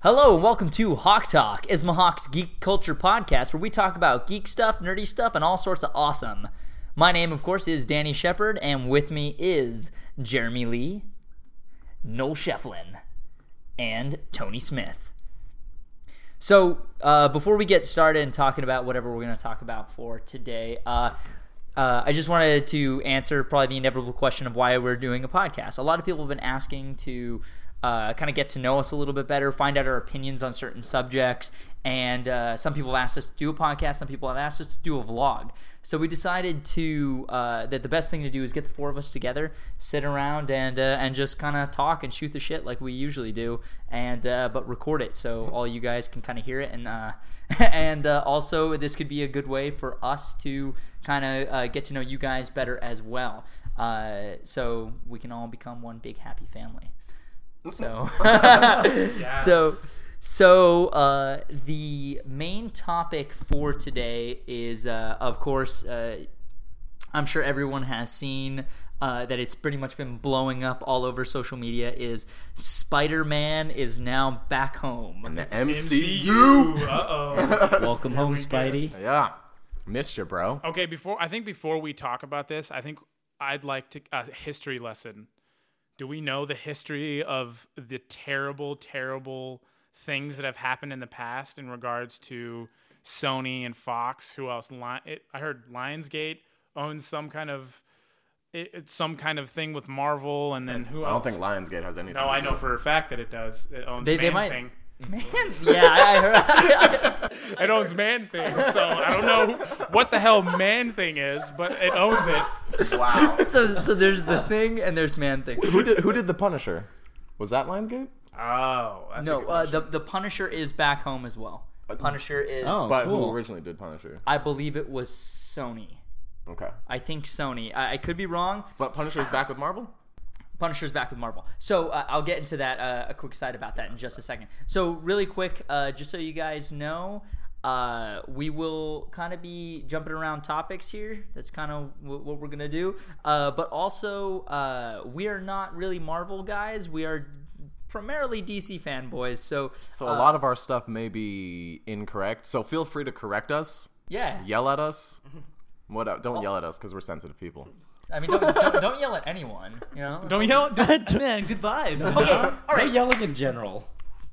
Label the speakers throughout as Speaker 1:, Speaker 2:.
Speaker 1: Hello and welcome to Hawk Talk, Ismahawk's geek culture podcast where we talk about geek stuff, nerdy stuff, and all sorts of awesome. My name, of course, is Danny Shepard, and with me is Jeremy Lee, Noel Shefflin, and Tony Smith. So, uh, before we get started and talking about whatever we're going to talk about for today, uh, uh, I just wanted to answer probably the inevitable question of why we're doing a podcast. A lot of people have been asking to uh, kind of get to know us a little bit better, find out our opinions on certain subjects. And uh, some people have asked us to do a podcast, some people have asked us to do a vlog. So we decided to uh, that the best thing to do is get the four of us together, sit around, and uh, and just kind of talk and shoot the shit like we usually do, and uh, but record it so all you guys can kind of hear it, and uh, and uh, also this could be a good way for us to kind of uh, get to know you guys better as well, uh, so we can all become one big happy family. So, so, so uh, the main topic for today is, uh, of course, uh, I'm sure everyone has seen uh, that it's pretty much been blowing up all over social media. Is Spider-Man is now back home?
Speaker 2: And the
Speaker 3: MCU.
Speaker 2: MCU.
Speaker 3: Uh oh.
Speaker 4: Welcome home, Spidey.
Speaker 2: Yeah. Missed you, bro.
Speaker 3: okay, before I think before we talk about this, I think I'd like to a history lesson. Do we know the history of the terrible, terrible things that have happened in the past in regards to Sony and Fox? Who else? Lion, it, I heard Lionsgate owns some kind of it, it's some kind of thing with Marvel, and then who
Speaker 2: I don't
Speaker 3: else?
Speaker 2: think Lionsgate has anything.
Speaker 3: no, I
Speaker 2: to
Speaker 3: know
Speaker 2: do with
Speaker 3: for a fact that it does. It owns
Speaker 1: They-
Speaker 3: Man
Speaker 1: they might-
Speaker 3: Thing.
Speaker 1: Man, yeah, I, I heard.
Speaker 3: It owns Man Thing, so I don't know what the hell Man Thing is, but it owns it.
Speaker 2: it. Wow.
Speaker 1: so, so there's the thing and there's man thing.
Speaker 2: who did who did the Punisher? Was that Lionsgate?
Speaker 3: Oh, that's
Speaker 1: No, uh, the the Punisher is back home as well. Punisher is,
Speaker 4: Oh,
Speaker 2: But
Speaker 4: cool.
Speaker 2: who originally did Punisher?
Speaker 1: I believe it was Sony.
Speaker 2: Okay.
Speaker 1: I think Sony. I, I could be wrong.
Speaker 2: But Punisher's back with Marvel?
Speaker 1: Punisher's back with Marvel. So uh, I'll get into that uh, a quick side about that in just a second. So really quick, uh, just so you guys know, uh, we will kind of be jumping around topics here. That's kind of w- what we're gonna do. Uh, but also, uh, we are not really Marvel guys. We are primarily DC fanboys. So,
Speaker 2: So a lot of our stuff may be incorrect. So feel free to correct us,
Speaker 1: yeah,
Speaker 2: yell at us.
Speaker 3: Mm-hmm.
Speaker 2: What el- don't yell at us because we're sensitive people.
Speaker 1: I mean, don't, don't, don't yell at anyone. You know,
Speaker 3: Don't yell.
Speaker 4: Man, good vibes.
Speaker 1: Okay, all right.
Speaker 4: Or yelling in general.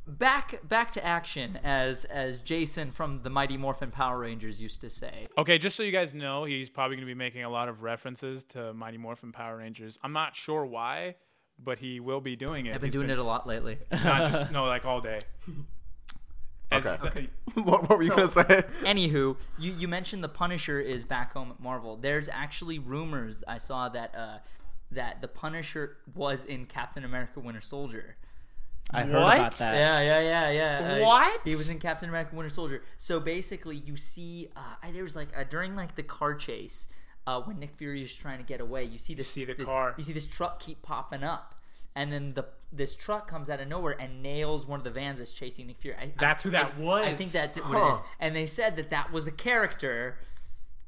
Speaker 1: back back to action as as jason from the mighty morphin power rangers used to say
Speaker 3: Okay, just so you guys know, he's probably going to be making a lot of references to Mighty Morphin Power Rangers. I'm not sure why, but he will be doing it.
Speaker 1: i've been doing it a lot lately
Speaker 3: not just no, like all day. As-
Speaker 2: Okay. what, what were you gonna say?
Speaker 1: anywho you you mentioned the punisher is back home at marvel there's actually rumors i saw that uh that the punisher was in captain america winter soldier
Speaker 4: I heard
Speaker 3: What?
Speaker 4: about that.
Speaker 1: Yeah, yeah, yeah, yeah. Uh,
Speaker 3: What?
Speaker 1: he was in Captain America: Winter Soldier. So basically, you see, uh, I- there was like uh, during like the car chase uh, when Nick Fury is trying to get away. You see this,
Speaker 3: see the
Speaker 1: this-
Speaker 3: car.
Speaker 1: You see this truck keep popping up, and then the this truck comes out of nowhere and nails one of the vans that's chasing Nick Fury. I, I-
Speaker 3: That's who that
Speaker 1: I-
Speaker 3: was.
Speaker 1: I think that's it, what it is.
Speaker 2: Huh.
Speaker 1: And they said that that was a character.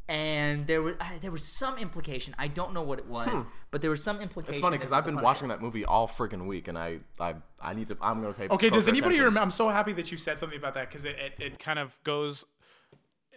Speaker 1: And there was I there was some implication. I don't know what it was, but there was some implication.
Speaker 2: It's funny
Speaker 1: that it
Speaker 2: because
Speaker 1: was
Speaker 2: I've
Speaker 1: the
Speaker 2: been
Speaker 1: Punisher.
Speaker 2: watching that movie all freaking week, and I I I need to. I'm okay.
Speaker 3: Okay, does
Speaker 2: focus
Speaker 3: anybody
Speaker 2: attention.
Speaker 3: remember? I'm so happy that you said something about that because it, it, it kind of goes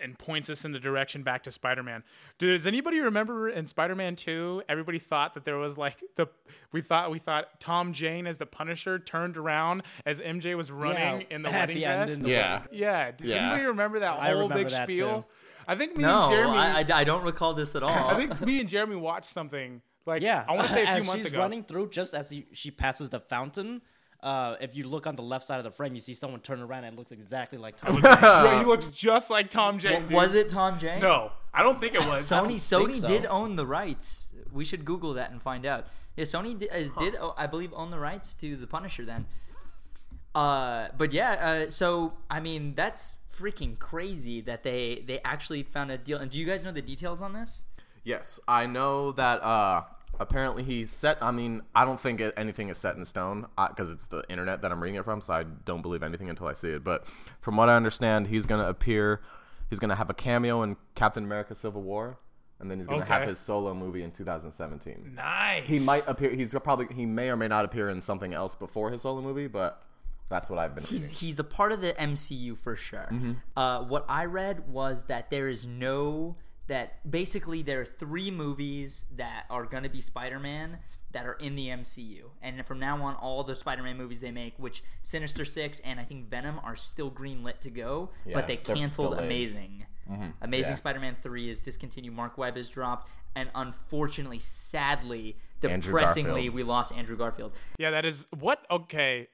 Speaker 3: and points us in the direction back to Spider Man. Does anybody remember in Spider Man 2? Everybody thought that there was like the we thought we thought Tom Jane as the Punisher turned around as MJ was running in the
Speaker 4: at
Speaker 3: wedding
Speaker 4: the end
Speaker 3: dress.
Speaker 4: in the
Speaker 2: Yeah.
Speaker 4: wedding.
Speaker 3: yeah, does
Speaker 2: Yeah.
Speaker 3: anybody remember that
Speaker 4: I
Speaker 3: whole
Speaker 4: remember
Speaker 3: big
Speaker 4: that
Speaker 3: spiel?
Speaker 4: too.
Speaker 3: I think me
Speaker 1: No,
Speaker 3: and Jeremy.
Speaker 1: I, I, I don't recall this at all.
Speaker 3: I think me and Jeremy watched something like
Speaker 4: Yeah.
Speaker 3: I want to say a
Speaker 4: As
Speaker 3: few months
Speaker 4: she's
Speaker 3: ago.
Speaker 4: running through just as he, she passes the fountain. Uh, if you look on the left side of the frame, you see someone turn around and it looks exactly like Tom. Hanks.
Speaker 3: yeah, he looks just like Tom Jane. dude.
Speaker 1: was it Tom Jane?
Speaker 3: No, I don't think it was.
Speaker 1: Sony
Speaker 4: think
Speaker 1: Sony
Speaker 4: so.
Speaker 1: did own the rights. We should Google that and find out. Yeah, Sony did, is, did oh, I believe own the rights to the Punisher then. Uh, but yeah, uh, so I mean that's freaking crazy that they they actually found a deal. And do you guys know the details on this?
Speaker 2: Yes, I know that. Uh, apparently, he's set. I mean, I don't think it- anything is set in stone because it's the internet that I'm reading it from, so I don't believe anything until I see it. But from what I understand, he's gonna appear. He's gonna have a cameo in Captain America: Civil War, and then he's gonna have
Speaker 3: Okay.
Speaker 2: his solo movie in 2017.
Speaker 3: nice.
Speaker 2: He might appear. He's probably. He may or may not appear in something else before his solo movie, but That's what I've been reading.
Speaker 1: he's he's a part of the MCU for sure.
Speaker 2: Mm-hmm.
Speaker 1: Uh, what I read was that there is no that basically there are three movies that are going to be Spider-Man that are in the MCU, and from now on, all the Spider-Man movies they make, which Sinister Six and I think Venom, are still greenlit to go,
Speaker 2: Yeah,
Speaker 1: but they
Speaker 2: they're
Speaker 1: canceled
Speaker 2: delayed. Mm-hmm.
Speaker 1: Amazing. Amazing
Speaker 2: yeah.
Speaker 1: Spider-Man three is discontinued. Mark Webb is dropped, and unfortunately, sadly,
Speaker 2: Andrew
Speaker 1: depressingly,
Speaker 2: Garfield.
Speaker 1: we lost Andrew Garfield.
Speaker 3: Yeah, that is what. Okay,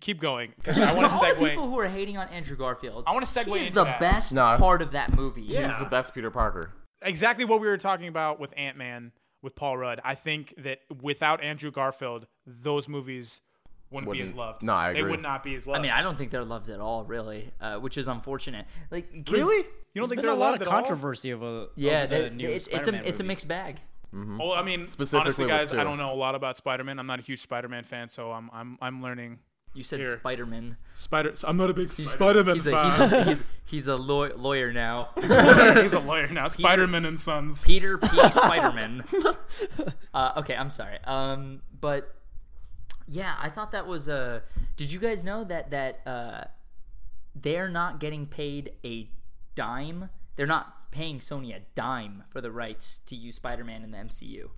Speaker 3: keep going because I want to
Speaker 1: all the people
Speaker 3: segue.
Speaker 1: who are hating on Andrew Garfield,
Speaker 3: I wanna segue
Speaker 1: He is
Speaker 3: into
Speaker 1: the
Speaker 3: that.
Speaker 1: best
Speaker 2: No.
Speaker 1: part of that movie.
Speaker 2: He's the best Peter Parker.
Speaker 3: Exactly what we were talking about with Ant Man with Paul Rudd. I think that without Andrew Garfield, those movies wouldn't, be as
Speaker 2: Wouldn't-
Speaker 3: loved.
Speaker 2: No, I
Speaker 3: They
Speaker 2: agree.
Speaker 3: would not be as loved.
Speaker 1: I mean, I don't think they're loved at all, really, uh, which is unfortunate. Like 'cause-
Speaker 3: really, you don't
Speaker 4: There's
Speaker 3: think
Speaker 4: been
Speaker 3: they're
Speaker 4: a lot
Speaker 3: loved at
Speaker 4: of
Speaker 3: all?
Speaker 4: controversy over,
Speaker 1: Yeah,
Speaker 4: over the
Speaker 1: they,
Speaker 4: new
Speaker 1: it's, it's a
Speaker 4: Spider-Man
Speaker 1: it's a
Speaker 4: movies.
Speaker 1: mixed bag.
Speaker 3: Well, I mean,
Speaker 2: Specifically
Speaker 3: honestly,
Speaker 2: with
Speaker 3: guys, I
Speaker 2: two.
Speaker 3: don't know a lot about Spider Man. I'm not a huge Spider Man fan, so I'm I'm I'm learning.
Speaker 1: You said
Speaker 3: Here.
Speaker 1: Spider Man.
Speaker 3: Spider. I'm not a big Spider Man
Speaker 1: He's a he's a, he's, he's a law- lawyer now.
Speaker 3: He's a lawyer now. Spider Man and Sons.
Speaker 1: Peter P. Spider Man. uh, okay, I'm sorry. Um, but yeah, I thought that was Uh, did you guys know that that uh, they're not getting paid a dime? They're not paying Sony a dime for the rights to use Spider Man in the MCU.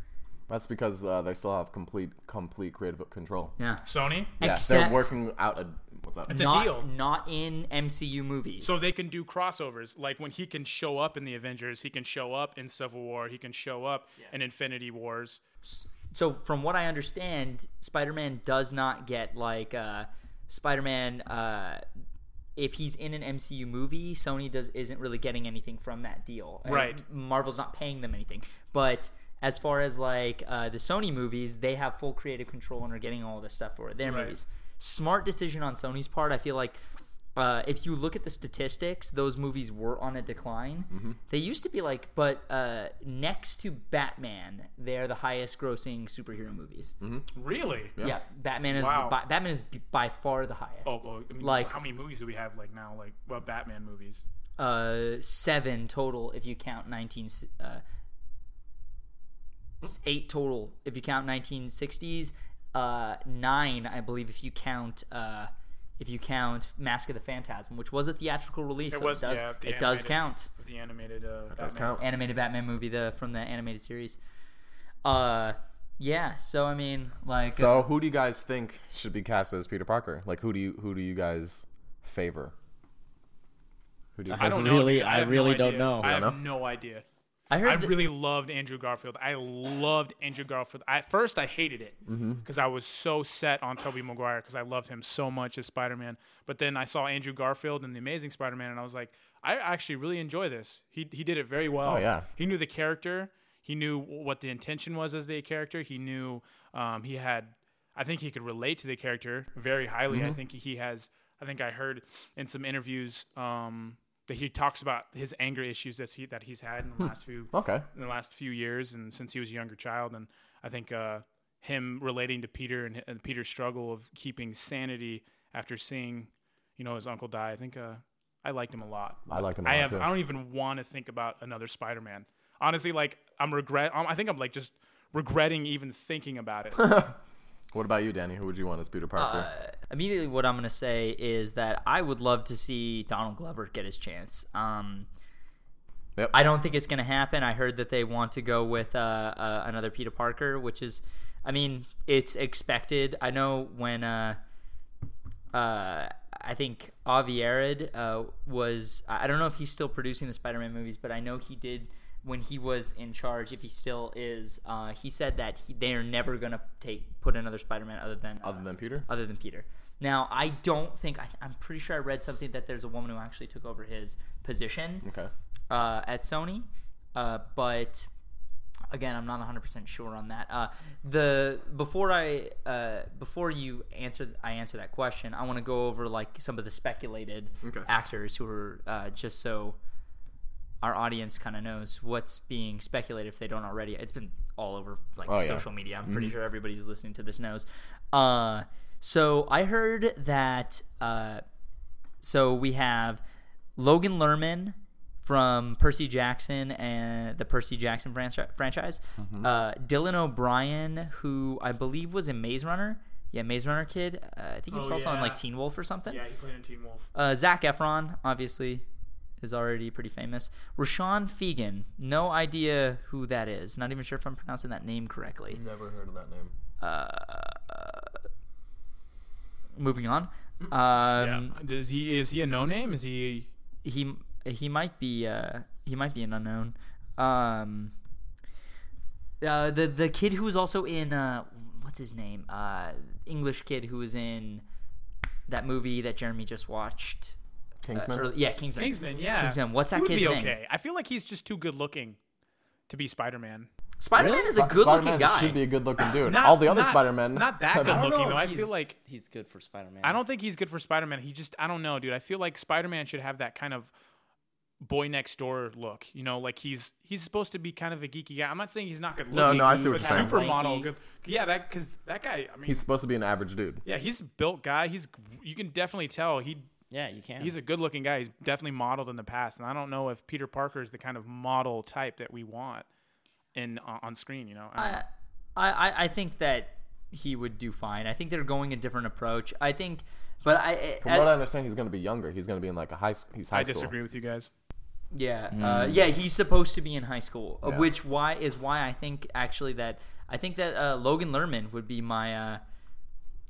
Speaker 2: That's because uh, they still have complete complete creative control.
Speaker 1: Yeah.
Speaker 3: Sony.
Speaker 2: Yeah, they're
Speaker 1: Except-
Speaker 2: working out a what's up?
Speaker 3: a
Speaker 1: not,
Speaker 3: deal.
Speaker 1: Not in MCU movies.
Speaker 3: So they can do crossovers. Like when he can show up in the Avengers, he can show up in Civil War, he can show up in Infinity Wars.
Speaker 1: so from what I understand, Spider-Man does not get like uh, Spider-Man. Uh, if he's in an MCU movie, Sony does isn't really getting anything from that deal. And
Speaker 3: Right.
Speaker 1: Marvel's not paying them anything. But as far as like uh, the Sony movies, they have full creative control and are getting all this stuff for their
Speaker 3: Right.
Speaker 1: movies. Smart decision on Sony's part. I feel like uh, if you look at the statistics, those movies were on a decline.
Speaker 3: Mm-hmm.
Speaker 1: They used to be like, but uh, next to Batman, they're the highest grossing superhero movies.
Speaker 3: Really?
Speaker 1: Yeah. Batman is
Speaker 3: Mm-hmm. Wow.
Speaker 1: the, by, Batman is b- by far the highest.
Speaker 3: Oh, well, I mean,
Speaker 1: Like-
Speaker 3: how many movies do we have like now? Like well, Batman movies.
Speaker 1: uh, seven total if you count 19 uh, s- eight total if you count 1960s uh, nine i believe if you count uh, if you count mask of the phantasm which was a theatrical release
Speaker 3: It
Speaker 1: so
Speaker 3: was,
Speaker 1: it does,
Speaker 3: yeah, the
Speaker 1: it does
Speaker 3: animated-
Speaker 1: count
Speaker 3: The animated uh, Batman.
Speaker 2: Does count.
Speaker 1: animated batman movie the from the animated series uh yeah so i mean like
Speaker 2: So who do you guys think should be cast as Peter Parker? Like who do you who do you guys favor? Who do you
Speaker 4: I
Speaker 3: I don't know.
Speaker 4: really-
Speaker 3: dude.
Speaker 4: I
Speaker 3: have
Speaker 4: really
Speaker 3: no
Speaker 4: don't
Speaker 3: idea.
Speaker 4: know.
Speaker 3: I
Speaker 2: You
Speaker 3: have
Speaker 2: don't
Speaker 3: no idea.
Speaker 1: i
Speaker 3: I
Speaker 1: heard th-
Speaker 3: really loved Andrew Garfield. I loved Andrew Garfield. I, at first, I hated it because
Speaker 2: Mm-hmm.
Speaker 3: I was so set on Tobey Maguire because I loved him so much as Spider Man. But then I saw Andrew Garfield in The Amazing Spider Man, and I was like, I actually really enjoy this. He he did it very well.
Speaker 2: Oh, yeah.
Speaker 3: he knew the character. He knew what the intention was as the character. He knew um, he had. I think he could relate to the character very highly. I think he has. I think I heard in some interviews um, that he talks about his anger issues that he that he's had in the last few
Speaker 2: Okay.
Speaker 3: in the last few years and since he was a younger child and i think uh, him relating to peter and, and peter's struggle of keeping sanity after seeing you know his uncle die i think uh, i liked him a lot
Speaker 2: I liked him a
Speaker 3: i
Speaker 2: lot,
Speaker 3: have
Speaker 2: too.
Speaker 3: i don't even want to think about another spider-man honestly like i'm regret um, i think i'm like just regretting even thinking about it
Speaker 2: What about you, Danny? Who would you want as Peter Parker?
Speaker 1: Uh, immediately what I'm going to say is that I would love to see Donald Glover get his chance. Um,
Speaker 2: Yep.
Speaker 1: I don't think it's going to happen. I heard that they want to go with uh, uh, another Peter Parker, which is, I mean, it's expected. I know when. Uh, uh, I think Avi Arad uh, was. I I don't know if he's still producing the Spider-Man movies, but I know he did when he was in charge. If he still is, uh, he said that he, they are never gonna take put another Spider-Man other than uh,
Speaker 2: Other than Peter?
Speaker 1: other than Peter. Now, I don't think I, I'm pretty sure I read something that there's a woman who actually took over his position
Speaker 2: Okay.
Speaker 1: uh, at Sony, uh, but again, I'm not 100% sure on that. Uh, the before I uh, before you answer I answer that question, I want to go over like some of the speculated
Speaker 2: Okay.
Speaker 1: actors who are uh, just so our audience kind of knows what's being speculated if they don't already. It's been all over like
Speaker 2: Oh, yeah.
Speaker 1: social media. I'm pretty sure everybody who's listening to this knows. Uh, so I heard that. Uh, so we have Logan Lerman from Percy Jackson and the Percy Jackson franchi- franchise. Uh, Dylan O'Brien, who I believe was in Maze Runner. Yeah, Maze Runner kid. Uh, I think he was
Speaker 3: Oh,
Speaker 1: also on like
Speaker 3: yeah.
Speaker 1: Teen Wolf or something.
Speaker 3: Yeah, he played in Teen Wolf.
Speaker 1: Uh, Zach Efron, obviously, is already pretty famous. Rashawn Fegan, no idea who that is. Not even sure if I'm pronouncing that name correctly.
Speaker 2: Never heard of that name.
Speaker 1: Moving on. Um,
Speaker 3: yeah. Does he is he a no name? Is he
Speaker 1: He he might be uh, he might be an unknown. Um, uh, the the kid who was also in uh, what's his name? Uh, English kid who was in that movie that Jeremy just watched. Uh,
Speaker 2: Kingsman.
Speaker 1: early- yeah, Kingsman.
Speaker 3: Kingsman? Yeah.
Speaker 1: Kingsman. What's
Speaker 3: He
Speaker 1: that
Speaker 3: would
Speaker 1: kid's
Speaker 3: be
Speaker 1: name?
Speaker 3: okay. I feel like he's just too good looking to be Spider Man.
Speaker 1: Spider Man is a good looking
Speaker 2: Spider-Man
Speaker 1: guy.
Speaker 2: Should be a good looking dude.
Speaker 3: Not-
Speaker 2: All the other
Speaker 3: not-
Speaker 2: Spider Men.
Speaker 3: not that good
Speaker 4: I don't
Speaker 3: looking,
Speaker 4: know
Speaker 3: though. I
Speaker 4: if
Speaker 3: feel
Speaker 4: he's-
Speaker 3: like-
Speaker 4: he's good for Spider-Man.
Speaker 3: I don't think he's good for Spider Man. He just I don't know, dude. I feel like Spider Man should have that kind of boy next door look. You know, like he's he's supposed to be kind of a geeky guy. I'm not saying he's not good looking.
Speaker 2: No, no, I see what
Speaker 3: but
Speaker 2: you're saying.
Speaker 3: Supermodel,
Speaker 4: Lanky.
Speaker 3: good. Yeah, that because that guy. I mean,
Speaker 2: He's supposed to be an average dude.
Speaker 3: yeah, he's a built guy. He's you can definitely tell he
Speaker 4: Yeah, you can.
Speaker 3: he's a good looking guy. He's definitely modeled in the past, and I don't know if Peter Parker is the kind of model type that we want in on on screen. You know, I don't know.
Speaker 1: I, I I think that he would do fine. I think they're going a different approach. I think, but I,
Speaker 2: From what I understand, he's going to be younger. He's going to be in like a high. He's high
Speaker 3: I
Speaker 2: school.
Speaker 3: disagree with you guys.
Speaker 1: yeah uh, yeah he's supposed to be in high school, uh
Speaker 2: Mm. Yeah.
Speaker 1: which why is why I think actually that I think that uh, Logan Lerman would be my uh,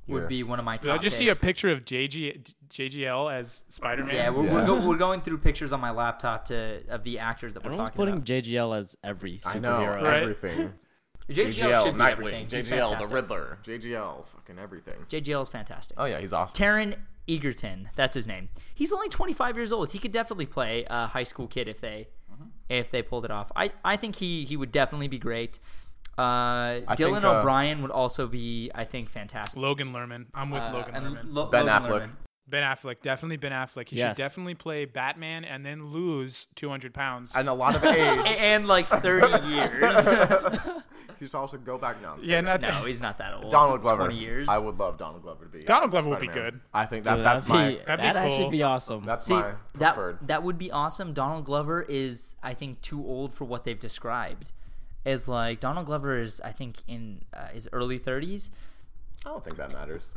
Speaker 1: would
Speaker 2: Yeah.
Speaker 1: be one of my. Top
Speaker 3: Did I just see a
Speaker 1: picks.
Speaker 3: picture of JG, JGL as Spider Man?
Speaker 1: Yeah, we're, We're,
Speaker 2: Yeah.
Speaker 1: go, we're going through pictures on my laptop to of the actors that we're
Speaker 4: Everyone's
Speaker 1: talking
Speaker 4: putting
Speaker 1: about.
Speaker 4: JGL as every superhero.
Speaker 2: I know
Speaker 3: Right.
Speaker 2: everything.
Speaker 1: JGL should be everything. He's fantastic.
Speaker 2: Riddler, JGL, fucking everything.
Speaker 1: JGL is fantastic.
Speaker 2: Oh yeah, he's awesome.
Speaker 1: Taron Egerton, that's his name. He's only 25 years old. He could definitely play a high school kid if they
Speaker 2: Mm-hmm.
Speaker 1: if they pulled it off. I, I think he he would definitely be great. Uh, Dylan
Speaker 2: think, uh,
Speaker 1: O'Brien would also be I think fantastic.
Speaker 3: Logan Lerman. I'm with
Speaker 1: Uh,
Speaker 3: Logan
Speaker 1: and
Speaker 3: Lerman.
Speaker 1: Lo-
Speaker 2: Ben
Speaker 1: Logan
Speaker 2: Affleck.
Speaker 1: Lerman.
Speaker 3: ben Affleck, definitely Ben Affleck. He
Speaker 4: Yes.
Speaker 3: should definitely play Batman and then lose 200 pounds.
Speaker 2: And a lot of age.
Speaker 1: A- and like 30 years.
Speaker 2: he should also go back now.
Speaker 3: yeah, not
Speaker 1: no, he's not that old.
Speaker 2: Donald Glover.
Speaker 1: 20 years.
Speaker 2: I would love Donald Glover to be.
Speaker 3: Donald Glover would be
Speaker 2: Spider-Man.
Speaker 3: good.
Speaker 2: I think that,
Speaker 4: So
Speaker 2: that's
Speaker 4: that'd
Speaker 2: my.
Speaker 4: be,
Speaker 3: That'd be
Speaker 4: that'd actually
Speaker 3: cool.
Speaker 4: be awesome.
Speaker 2: That's
Speaker 1: See,
Speaker 2: my
Speaker 1: that
Speaker 2: preferred.
Speaker 1: that would be awesome. Donald Glover is, I think, too old for what they've described. As like Donald Glover is, I think, in uh, his early 30s.
Speaker 2: I don't think that matters.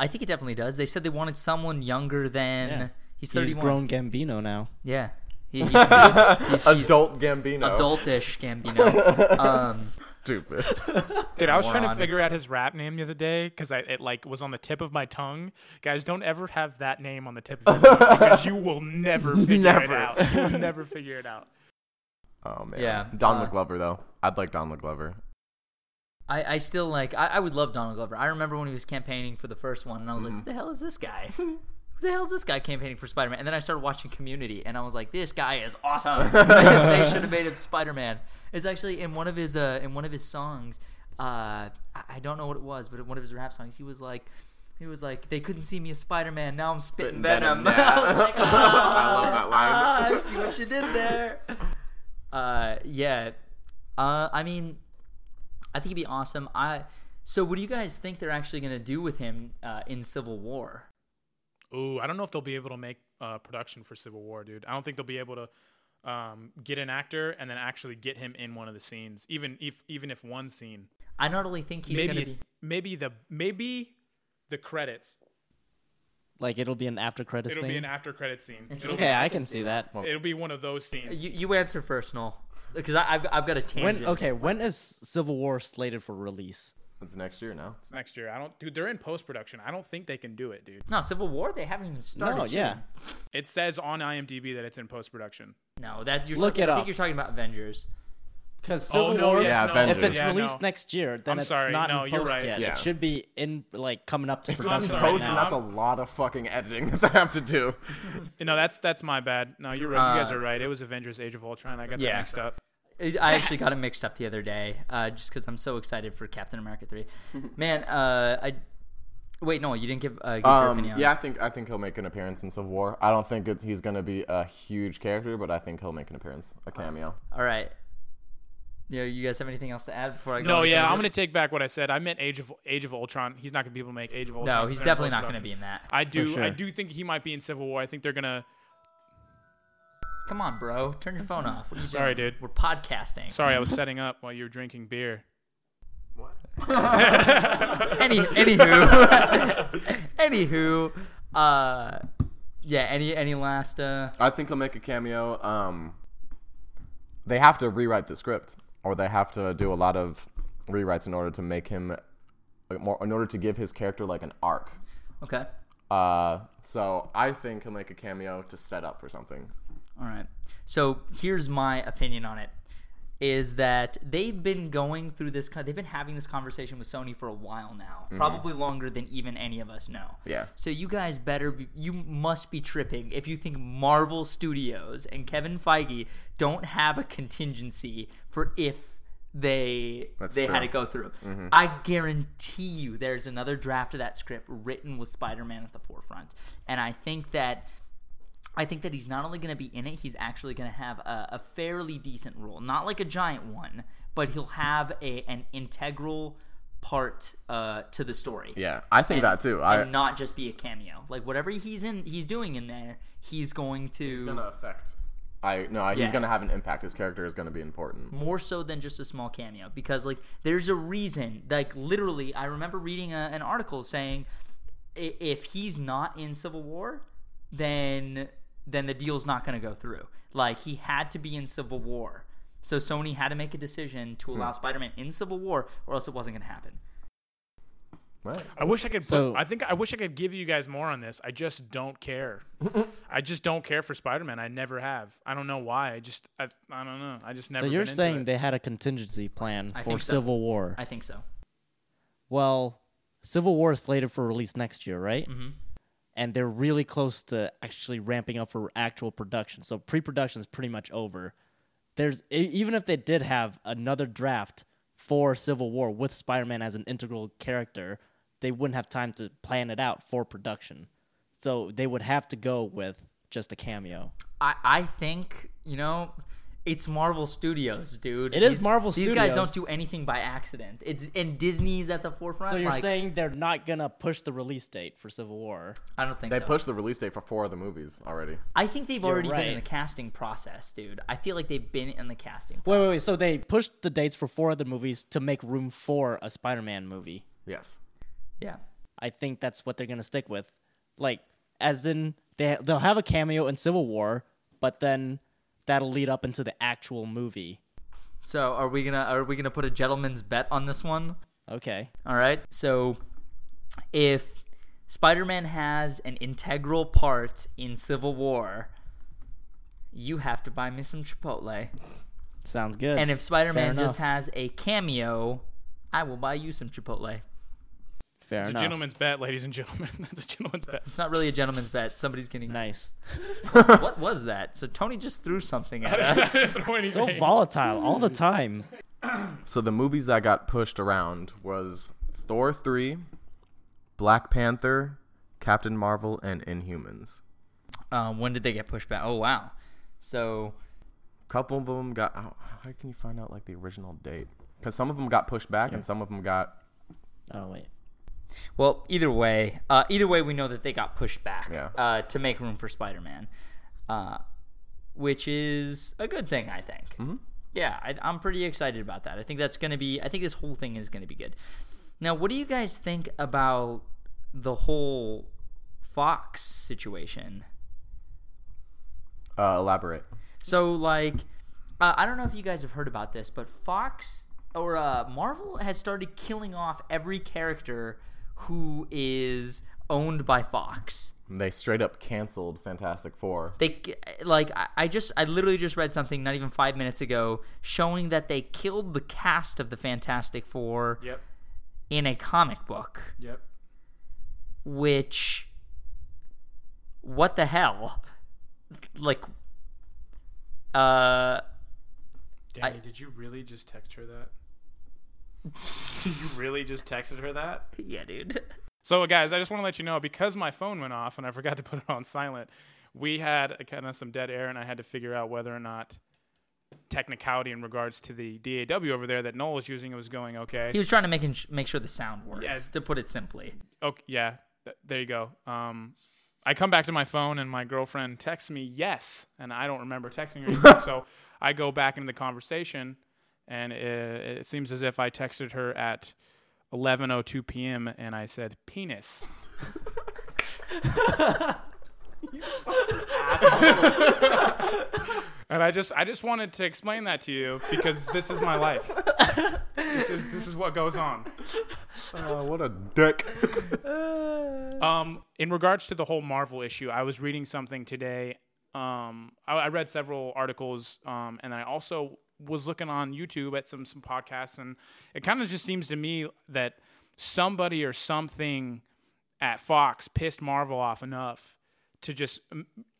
Speaker 1: I think it definitely does. They said they wanted someone younger than
Speaker 4: Yeah.
Speaker 1: he's 31.
Speaker 4: He's grown Gambino now.
Speaker 1: Yeah, he, he's, he's, he's
Speaker 2: Adult Gambino.
Speaker 1: adultish Gambino. Um,
Speaker 2: Stupid.
Speaker 3: Dude, I was trying to
Speaker 1: Moron.
Speaker 3: figure out his rap name the other day because I it like was on the tip of my tongue. Guys, don't ever have that name on the tip of your tongue because you will never figure it
Speaker 2: Never.
Speaker 3: out. You will never figure it out.
Speaker 2: Oh man.
Speaker 1: Yeah,
Speaker 2: Donald
Speaker 1: uh,
Speaker 2: Glover though. I'd like Donald Glover.
Speaker 1: I, I still like. I, I would love Donald Glover. I remember when he was campaigning for the first one, and I was like, "Who the hell is this guy? Who the hell is this guy campaigning for Spider Man?" And then I started watching Community, and I was like, "This guy is awesome. they should have made him Spider Man." It's actually in one of his uh, in one of his songs. Uh, I, I don't know what it was, but in one of his rap songs, he was like. He was like, they couldn't see me as Spider Man. Now I'm spitting venom. I was like, "Oh,
Speaker 2: I love that line.
Speaker 1: Ah, I see what you did there. Uh, yeah. Uh, I mean, I think it'd be awesome. I. So, what do you guys think they're actually going to do with him uh, in Civil War?
Speaker 3: Ooh, I don't know if they'll be able to make uh, production for Civil War, dude. I don't think they'll be able to um, get an actor and then actually get him in one of the scenes, even if even if one scene.
Speaker 1: I not only think he's going to
Speaker 3: maybe
Speaker 1: be.
Speaker 3: maybe the maybe the credits.
Speaker 4: Like it'll be an after credits
Speaker 3: It'll
Speaker 4: thing.
Speaker 3: be an after credit scene. It'll,
Speaker 4: okay, I can see that.
Speaker 3: it'll be one of those scenes.
Speaker 1: You, you answer first, Noel, because I've, I've got a tangent.
Speaker 4: When okay, when is Civil War slated for release?
Speaker 2: It's next year now.
Speaker 3: It's next year. I don't, dude. They're in post production. I don't think they can do it, dude.
Speaker 1: No, Civil War. They haven't even started.
Speaker 4: No,
Speaker 1: yet.
Speaker 4: yeah.
Speaker 3: It says on IMDb that it's in post production.
Speaker 1: No, that you're.
Speaker 4: Look
Speaker 1: talking,
Speaker 4: it
Speaker 1: I
Speaker 4: up.
Speaker 1: think you're talking about Avengers.
Speaker 4: Because Civil
Speaker 3: oh no,
Speaker 4: War,
Speaker 3: yes,
Speaker 2: Yeah,
Speaker 3: no.
Speaker 2: Avengers.
Speaker 4: if it's
Speaker 3: Yeah,
Speaker 4: released
Speaker 3: no.
Speaker 4: next year, then
Speaker 3: I'm
Speaker 4: it's
Speaker 3: sorry,
Speaker 4: not
Speaker 3: no,
Speaker 4: in
Speaker 3: you're
Speaker 4: post
Speaker 3: right.
Speaker 4: yet.
Speaker 2: Yeah.
Speaker 4: It should be in like coming up to
Speaker 3: I'm
Speaker 4: production.
Speaker 3: sorry,
Speaker 4: right
Speaker 2: Post, and
Speaker 4: now.
Speaker 2: that's a lot of fucking editing that they have to do.
Speaker 3: No, that's that's my bad. No, you're right. you guys
Speaker 1: Uh,
Speaker 3: are right. It was Avengers: Age of Ultron. I got
Speaker 1: Yeah.
Speaker 3: that mixed up.
Speaker 1: I I actually got it mixed up the other day, uh, just because I'm so excited for Captain America three. Man, uh, I wait. No, you didn't give, uh, give your
Speaker 2: Um,
Speaker 1: opinion. on
Speaker 2: yeah, I think I think he'll make an appearance in Civil War. I don't think it's, he's gonna be a huge character, but I think he'll make an appearance, a cameo.
Speaker 1: All right. Yeah, you guys have anything else to add before I go?
Speaker 3: No,
Speaker 1: on to
Speaker 3: yeah,
Speaker 1: Xavier?
Speaker 3: I'm gonna take back what I said. I meant Age of Age of Ultron. He's not gonna be able to make Age of Ultron.
Speaker 1: No, he's
Speaker 3: They're
Speaker 1: definitely not gonna be
Speaker 3: post-production.
Speaker 1: in that.
Speaker 3: I do,
Speaker 4: sure.
Speaker 3: I do think he might be in Civil War. I think they're gonna.
Speaker 1: Come on, bro. Turn your phone off. What are you
Speaker 3: Sorry,
Speaker 1: doing?
Speaker 3: dude.
Speaker 1: We're podcasting.
Speaker 3: Sorry, I was setting up while you were drinking beer.
Speaker 2: What?
Speaker 1: Any anywho, anywho, uh, yeah. Any any last uh,
Speaker 2: I think he'll make a cameo. Um, they have to rewrite the script, or they have to do a lot of rewrites in order to make him like, more, in order to give his character like an arc.
Speaker 1: okay,
Speaker 2: Uh, so I think he'll make a cameo to set up for something.
Speaker 1: all right. So here's my opinion on it: is that they've been going through this, con- they've been having this conversation with Sony for a while now, probably longer than even any of us know.
Speaker 2: Mm-hmm. Yeah.
Speaker 1: So you guys better, be, you must be tripping if you think Marvel Studios and Kevin Feige don't have a contingency for if they
Speaker 2: That's
Speaker 1: they had
Speaker 2: true. Mm-hmm.
Speaker 1: it go through. I guarantee you, there's another draft of that script written with Spider-Man at the forefront, and I think that. I think that he's not only going to be in it, he's actually going to have a, a fairly decent role. Not like a giant one, but he'll have a, an integral part uh, to the story
Speaker 2: Yeah, I think that too. I
Speaker 1: and not just be a cameo. Like whatever he's in, he's doing in there, he's going to
Speaker 2: affect. I no, he's
Speaker 1: Yeah.
Speaker 2: gonna have an impact. His character is gonna be important.
Speaker 1: more so than just a small cameo because like there's a reason. Like literally, I remember reading a, an article saying i- if he's not in Civil War, then then the deal's not going to go through. Like he had to be in Civil War. So Sony had to make a decision to
Speaker 4: Hmm.
Speaker 1: allow Spider-Man in Civil War or else it wasn't going to happen.
Speaker 2: Right.
Speaker 3: I wish I could.
Speaker 4: So-
Speaker 3: put, I think I wish I could give you guys more on this. I just don't care. I just don't care for Spider Man. I never have. I don't know why. I just I, I don't know. I just never.
Speaker 4: so you're
Speaker 3: been into
Speaker 4: saying
Speaker 3: it.
Speaker 4: they had a contingency plan
Speaker 1: I
Speaker 4: for
Speaker 1: think so.
Speaker 4: Civil War?
Speaker 1: I think so.
Speaker 4: Well, Civil War is slated for release next year, right? Mm-hmm. And they're really close to actually ramping up for actual production. So pre-production is pretty much over. There's e- even if they did have another draft for Civil War with Spider-Man as an integral character, they wouldn't have time to plan it out for production. So they would have to go with just a cameo.
Speaker 1: I, I think you know it's Marvel Studios, dude.
Speaker 4: It is Marvel
Speaker 1: These guys
Speaker 4: Studios.
Speaker 1: don't do anything by accident. It's and Disney's at the forefront.
Speaker 4: So you're
Speaker 1: like,
Speaker 4: saying they're not gonna push the release date for Civil War?
Speaker 1: I don't think
Speaker 2: They
Speaker 1: so.
Speaker 2: pushed the release date for four of the movies already.
Speaker 1: I think they've already been in
Speaker 4: right.
Speaker 1: the casting process, dude. I feel like they've been in the casting.
Speaker 4: Wait, wait, wait. So they pushed the dates for four other movies to make room for a Spider-Man movie.
Speaker 2: Yes.
Speaker 1: Yeah,
Speaker 4: I think that's what they're gonna stick with. Like, as in they they'll have a cameo in Civil War, but then that'll lead up into the actual movie.
Speaker 1: So are we gonna are we gonna put a gentleman's bet on this one?
Speaker 4: Okay.
Speaker 1: All right. So if Spider-Man has an integral part in Civil War, you have to buy me some Chipotle.
Speaker 4: Sounds good.
Speaker 1: And if Spider Man
Speaker 4: Fair
Speaker 1: just
Speaker 4: enough.
Speaker 1: has a cameo, I will buy you some Chipotle.
Speaker 4: fair
Speaker 3: it's a
Speaker 4: enough.
Speaker 3: gentleman's bet, ladies and gentlemen. That's a gentleman's bet.
Speaker 1: It's not really a gentleman's bet. Somebody's getting.
Speaker 4: Nice.
Speaker 1: What was that? So Tony just threw something at us.
Speaker 3: Throw
Speaker 4: So
Speaker 3: anything.
Speaker 4: volatile all the time.
Speaker 2: So the movies that got pushed around was Thor three, Black Panther, Captain Marvel, and Inhumans.
Speaker 1: um, when did they get pushed back? Oh wow. So
Speaker 2: couple of them got. How, how can you find out like the original date? Because some of them got pushed back and some of them got.
Speaker 4: Oh wait.
Speaker 1: well, either way, uh, either way, we know that they got pushed back
Speaker 2: Yeah.
Speaker 1: uh, to make room for Spider Man, uh, which is a good thing, I think. Yeah, I, I'm pretty excited about that. I think that's gonna be. I think this whole thing is gonna be good. Now, what do you guys think about the whole Fox situation?
Speaker 2: Uh, elaborate.
Speaker 1: So like, uh, I don't know if you guys have heard about this, but Fox or uh, Marvel has started killing off every character who is owned by Fox.
Speaker 2: They straight up canceled Fantastic Four.
Speaker 1: They like I- I just I literally just read something not even five minutes ago showing that they killed the cast of the Fantastic Four
Speaker 3: Yep.
Speaker 1: in a comic book,
Speaker 3: Yep.
Speaker 1: which what the hell? Like, uh.
Speaker 3: Danny, did you really just text her that? Did you really just texted her that?
Speaker 1: Yeah, dude.
Speaker 3: So, guys, I just want to let you know because my phone went off and I forgot to put it on silent, we had kind of some dead air, and I had to figure out whether or not technicality in regards to the DAW over there that Noel was using was going okay.
Speaker 1: He was trying to make ins- make sure the sound works.
Speaker 3: Yes.
Speaker 1: To put it simply,
Speaker 3: okay, yeah, th- there you go. Um, I come back to my phone and my girlfriend texts me yes, and I don't remember texting her. anything, so I go back into the conversation, and it, it seems as if I texted her at 11:02 p.m. and I said penis. and I just I just wanted to explain that to you because this is my life. This is this is what goes on.
Speaker 2: Oh, what a dick.
Speaker 3: Um, in regards to the whole Marvel issue, I was reading something today. Um, I, I read several articles, um, and I also was looking on YouTube at some some podcasts, and it kind of just seems to me that somebody or something at Fox pissed Marvel off enough to just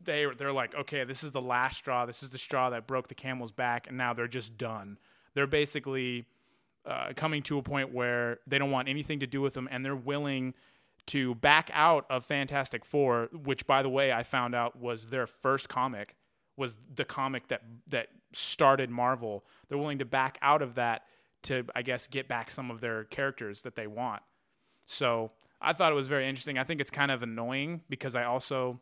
Speaker 3: they they're like, okay, this is the last straw. This is the straw that broke the camel's back, and now they're just done. They're basically uh, coming to a point where they don't want anything to do with them, and they're willing to back out of Fantastic Four, which, by the way, I found out was their first comic, was the comic that that started Marvel. They're willing to back out of that to, I guess, get back some of their characters that they want. So I thought it was very interesting. I think it's kind of annoying because I also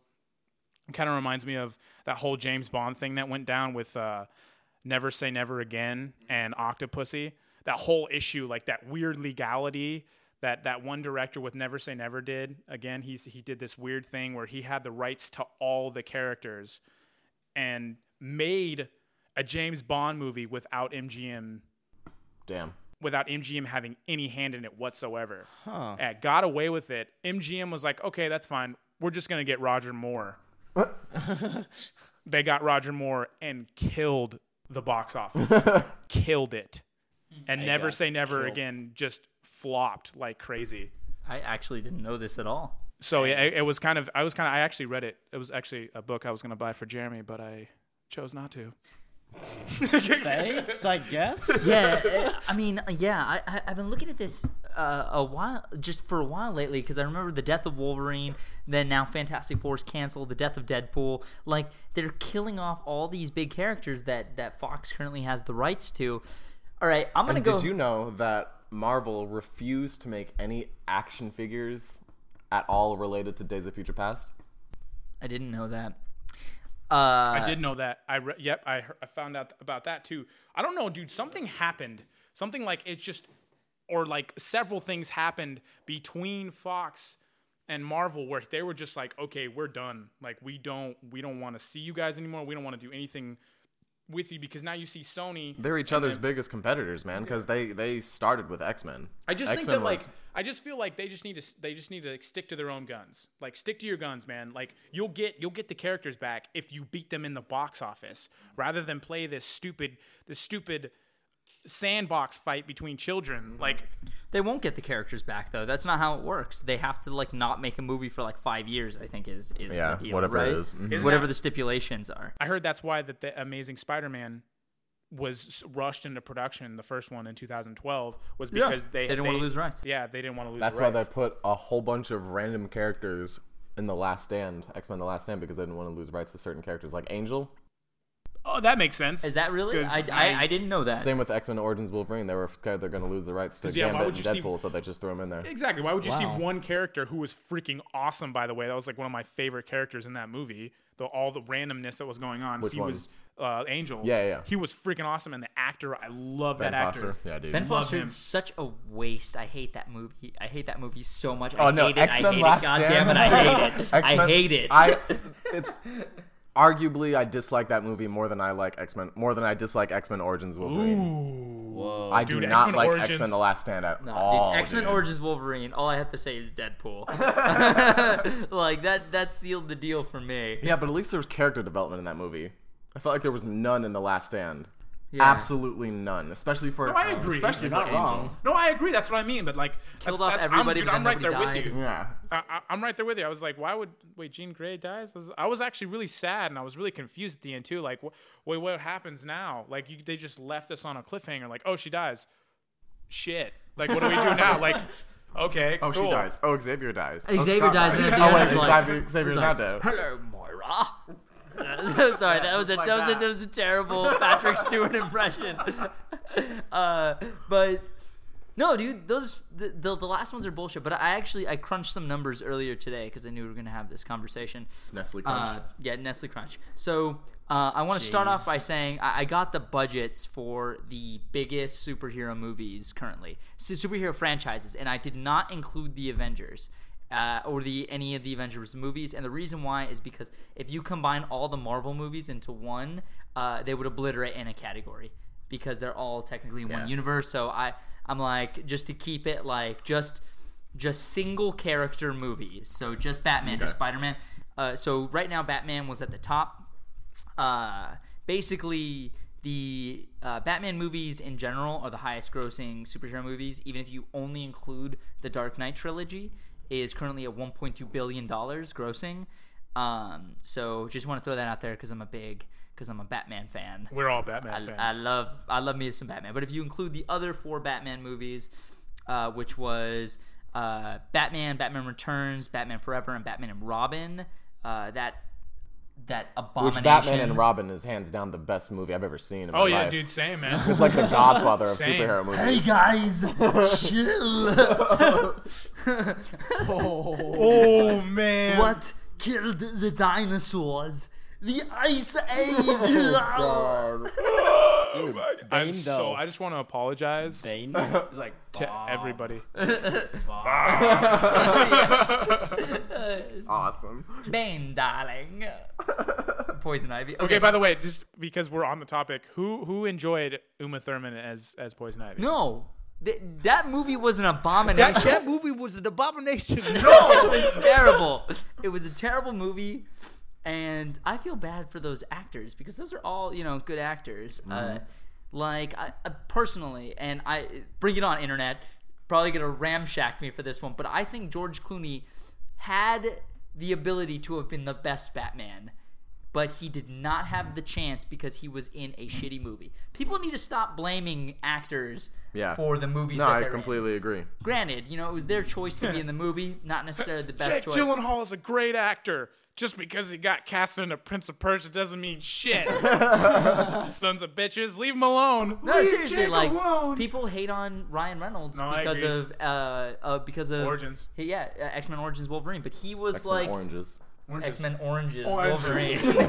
Speaker 3: it kind of reminds me of that whole James Bond thing that went down with uh, Never Say Never Again and Octopussy. That whole issue, like that weird legality that that one director with Never Say Never did. Again, he's he did this weird thing where he had the rights to all the characters and made a James Bond movie without MGM
Speaker 2: Damn.
Speaker 3: without MGM having any hand in it whatsoever. And got away with it. MGM was like, okay, that's fine. We're just gonna get Roger Moore. they got Roger Moore and killed the box office. killed it. And Never
Speaker 1: got
Speaker 3: Say Never
Speaker 1: killed.
Speaker 3: Again just flopped like crazy.
Speaker 1: I actually didn't know this at all.
Speaker 3: So yeah, it, it was kind of I was kind of I actually read it. It was actually a book I was gonna buy for Jeremy, but I chose not to.
Speaker 4: Thanks, I guess.
Speaker 1: yeah, eh, I mean, yeah, I, I, I've been looking at this uh, a while, just for a while lately, because I remember the death of Wolverine, then now Fantastic Four is canceled, the death of Deadpool. Like, they're killing off all these big characters that, that Fox currently has the rights to. All right, I'm going to go.
Speaker 2: And did you know that Marvel refused to make any action figures at all related to Days of Future Past?
Speaker 1: I didn't know that. Uh,
Speaker 3: I did know that. I re- yep. I, hear- I found out about that too. I don't know, dude. Something happened. Something like it's just, or like several things happened between Fox and Marvel where they were just like, okay, we're done. Like we don't we don't want to see you guys anymore. We don't want to do anything with you because now you see Sony.
Speaker 2: They're each other's biggest competitors, man, because they they started with X Men.
Speaker 3: I just think that like I just feel like they just need to they just need to like, stick to their own guns. Like stick to your guns, man. Like you'll get you'll get the characters back if you beat them in the box office rather than play this stupid this stupid sandbox fight between
Speaker 1: Mm-hmm.
Speaker 3: children. Like
Speaker 1: They won't get the characters back though. That's not how it works. They have to like not make a movie for like five years. I think is is
Speaker 2: Yeah,
Speaker 1: the deal,
Speaker 2: whatever it
Speaker 1: right?
Speaker 2: is. Mhm.
Speaker 3: Isn't
Speaker 1: Whatever
Speaker 3: that-
Speaker 1: the stipulations are.
Speaker 3: I heard that's why that the Amazing Spider-Man was s- rushed into production. The first one in 2012 was
Speaker 1: Yeah.
Speaker 3: because they
Speaker 1: They didn't wanna lose rights.
Speaker 3: Yeah, they didn't want to lose.
Speaker 2: that's
Speaker 3: the
Speaker 2: why
Speaker 3: rights.
Speaker 2: they put a whole bunch of random characters in the Last Stand, X Men: The Last Stand, because they didn't want to lose rights to certain characters, like Angel.
Speaker 3: Oh, that makes sense.
Speaker 1: Is that really?
Speaker 3: 'Cause
Speaker 1: I, I, I didn't know that.
Speaker 2: Same with X Men Origins Wolverine. They were scared they're going to lose the rights to
Speaker 3: yeah, why
Speaker 2: Gambit
Speaker 3: would
Speaker 2: and
Speaker 3: you see-
Speaker 2: Deadpool, so they just threw them in there.
Speaker 3: Exactly. Why would you
Speaker 4: Wow.
Speaker 3: see one character who was freaking awesome? By the way, that was like one of my favorite characters in that movie. The all the randomness that was going on.
Speaker 2: Which
Speaker 3: he
Speaker 2: one?
Speaker 3: was uh, Angel.
Speaker 2: Yeah, yeah, yeah.
Speaker 3: He was freaking awesome, and the actor. I love
Speaker 2: Ben
Speaker 3: that
Speaker 2: Foster,
Speaker 3: actor.
Speaker 2: yeah, dude.
Speaker 1: Ben Foster
Speaker 3: him.
Speaker 1: is such a waste. I hate that movie. I hate that movie so much. I
Speaker 2: Oh no,
Speaker 1: hate it.
Speaker 2: X
Speaker 1: I
Speaker 2: Men
Speaker 1: hate
Speaker 2: Last
Speaker 1: it. God
Speaker 2: Stand.
Speaker 1: damn it! I hate it. I
Speaker 2: X-Men-
Speaker 1: hate it.
Speaker 2: I it's arguably I dislike that movie more than I like X Men more than I dislike X Men Origins Wolverine.
Speaker 4: Whoa.
Speaker 2: I do
Speaker 3: Dude,
Speaker 2: not
Speaker 3: X-Men
Speaker 2: like
Speaker 3: Origins-
Speaker 2: X Men The Last Stand at all.
Speaker 1: Nah, dude, X-Men
Speaker 2: dude.
Speaker 1: Origins Wolverine. All I have to say is Deadpool. like that that sealed the deal for me.
Speaker 2: Yeah, but at least there was character development in that movie. I felt like there was none in The Last Stand.
Speaker 1: Yeah.
Speaker 2: Absolutely none, especially for
Speaker 3: No, I agree.
Speaker 2: especially
Speaker 3: You're
Speaker 2: for
Speaker 3: not
Speaker 2: Angel.
Speaker 3: wrong. No, I agree. That's what I mean. But like,
Speaker 1: Killed
Speaker 3: that's-
Speaker 1: off
Speaker 3: that's-
Speaker 1: everybody,
Speaker 3: I'm, dude,
Speaker 1: but
Speaker 3: I'm
Speaker 1: then
Speaker 3: right there
Speaker 1: nobody
Speaker 3: with
Speaker 1: died.
Speaker 3: you.
Speaker 2: Yeah.
Speaker 3: I, I- I'm right there with you. I was like, why would wait Jean Grey dies? I was, I was actually really sad, and I was really confused at the end too. Like, wh- wait, what happens now? Like, you, they just left us on a cliffhanger. Like, oh, she dies. Shit. Like, what do we do now? Like, okay,
Speaker 2: Oh,
Speaker 3: cool.
Speaker 2: she dies. Oh, Xavier dies. Oh,
Speaker 1: Xavier
Speaker 2: Scott
Speaker 1: dies, and then at the
Speaker 2: oh
Speaker 1: end
Speaker 2: wait,
Speaker 1: it's like-
Speaker 2: Xavier, Xavier's
Speaker 1: like,
Speaker 2: not dead.
Speaker 1: Hello, Moira. so sorry, that was a,
Speaker 2: like
Speaker 1: that was a,
Speaker 2: that.
Speaker 1: that was a terrible Patrick Stewart impression. uh, but No, dude, those the, the the last ones are bullshit. But I actually I crunched some numbers earlier today because I knew we were gonna have this conversation.
Speaker 2: Nestle Crunch.
Speaker 1: Uh, yeah, Nestle Crunch. So uh, I want to start off by saying I, I got the budgets for the biggest superhero movies currently, so superhero franchises, and I did not include the Avengers. Uh, or the any of the Avengers movies, and the reason why is because if you combine all the Marvel movies into one, uh, they would obliterate in a category because they're all technically in
Speaker 2: Yeah.
Speaker 1: one universe. So I I'm like just to keep it like just just single character movies. So just Batman, just Spider Man. Uh, so right now Batman was at the top. Uh, basically the uh, Batman movies in general are the highest grossing superhero movies, even if you only include the Dark Knight trilogy. Is currently at 1.2 billion dollars grossing. Um, so just want to throw that out there because I'm a big because I'm a Batman fan.
Speaker 3: We're all Batman
Speaker 1: I,
Speaker 3: fans.
Speaker 1: I love I love me some Batman. But if you include the other four Batman movies, uh, which was uh, Batman, Batman Returns, Batman Forever, and Batman and Robin, uh, that that abomination.
Speaker 2: Which Batman and Robin is hands down the best movie I've ever seen. In
Speaker 3: oh
Speaker 2: my
Speaker 3: yeah,
Speaker 2: life.
Speaker 3: dude, same man.
Speaker 2: It's like the Godfather of
Speaker 3: Same.
Speaker 2: superhero movies. Hey
Speaker 5: guys, chill.
Speaker 3: oh man.
Speaker 5: what killed the dinosaurs? The Ice Age.
Speaker 3: I'm
Speaker 4: Bane,
Speaker 3: so
Speaker 4: though.
Speaker 3: I just want to apologize
Speaker 4: Bane is like
Speaker 3: to everybody.
Speaker 2: Awesome.
Speaker 1: Bane, darling. Poison Ivy.
Speaker 3: Okay, by the way, just because we're on the topic, who who enjoyed Uma Thurman as as Poison Ivy?
Speaker 1: no, th- that movie was an abomination.
Speaker 4: that movie was an abomination.
Speaker 1: no, it was terrible. It was a terrible movie, and I feel bad for those actors because those are all you know good actors. Uh,
Speaker 2: Mm-hmm.
Speaker 1: like I, I personally, and I bring it on internet. Probably gonna ramshack me for this one, but I think George Clooney had the ability to have been the best Batman. But he did not have the chance because he was in a shitty movie. People need to stop blaming actors
Speaker 2: Yeah.
Speaker 1: for the movies.
Speaker 2: No,
Speaker 1: that
Speaker 2: I
Speaker 1: they're in.
Speaker 2: completely agree.
Speaker 1: Granted, you know, it was their choice to be in the movie, not necessarily the best
Speaker 3: Jake
Speaker 1: choice.
Speaker 3: Gyllenhaal is a great actor. Just because he got cast in a Prince of Persia doesn't mean shit. Sons of bitches, leave him alone.
Speaker 1: No,
Speaker 3: leave
Speaker 1: seriously,
Speaker 3: Jake
Speaker 1: like
Speaker 3: alone.
Speaker 1: people hate on Ryan Reynolds
Speaker 3: No, I
Speaker 1: because
Speaker 3: agree.
Speaker 1: of uh, uh because of
Speaker 3: Origins.
Speaker 1: He, yeah, uh, X Men Origins Wolverine, but he was
Speaker 2: X-Men
Speaker 1: like
Speaker 2: oranges.
Speaker 1: X Men Oranges,
Speaker 3: Oranges.
Speaker 1: Wolverine.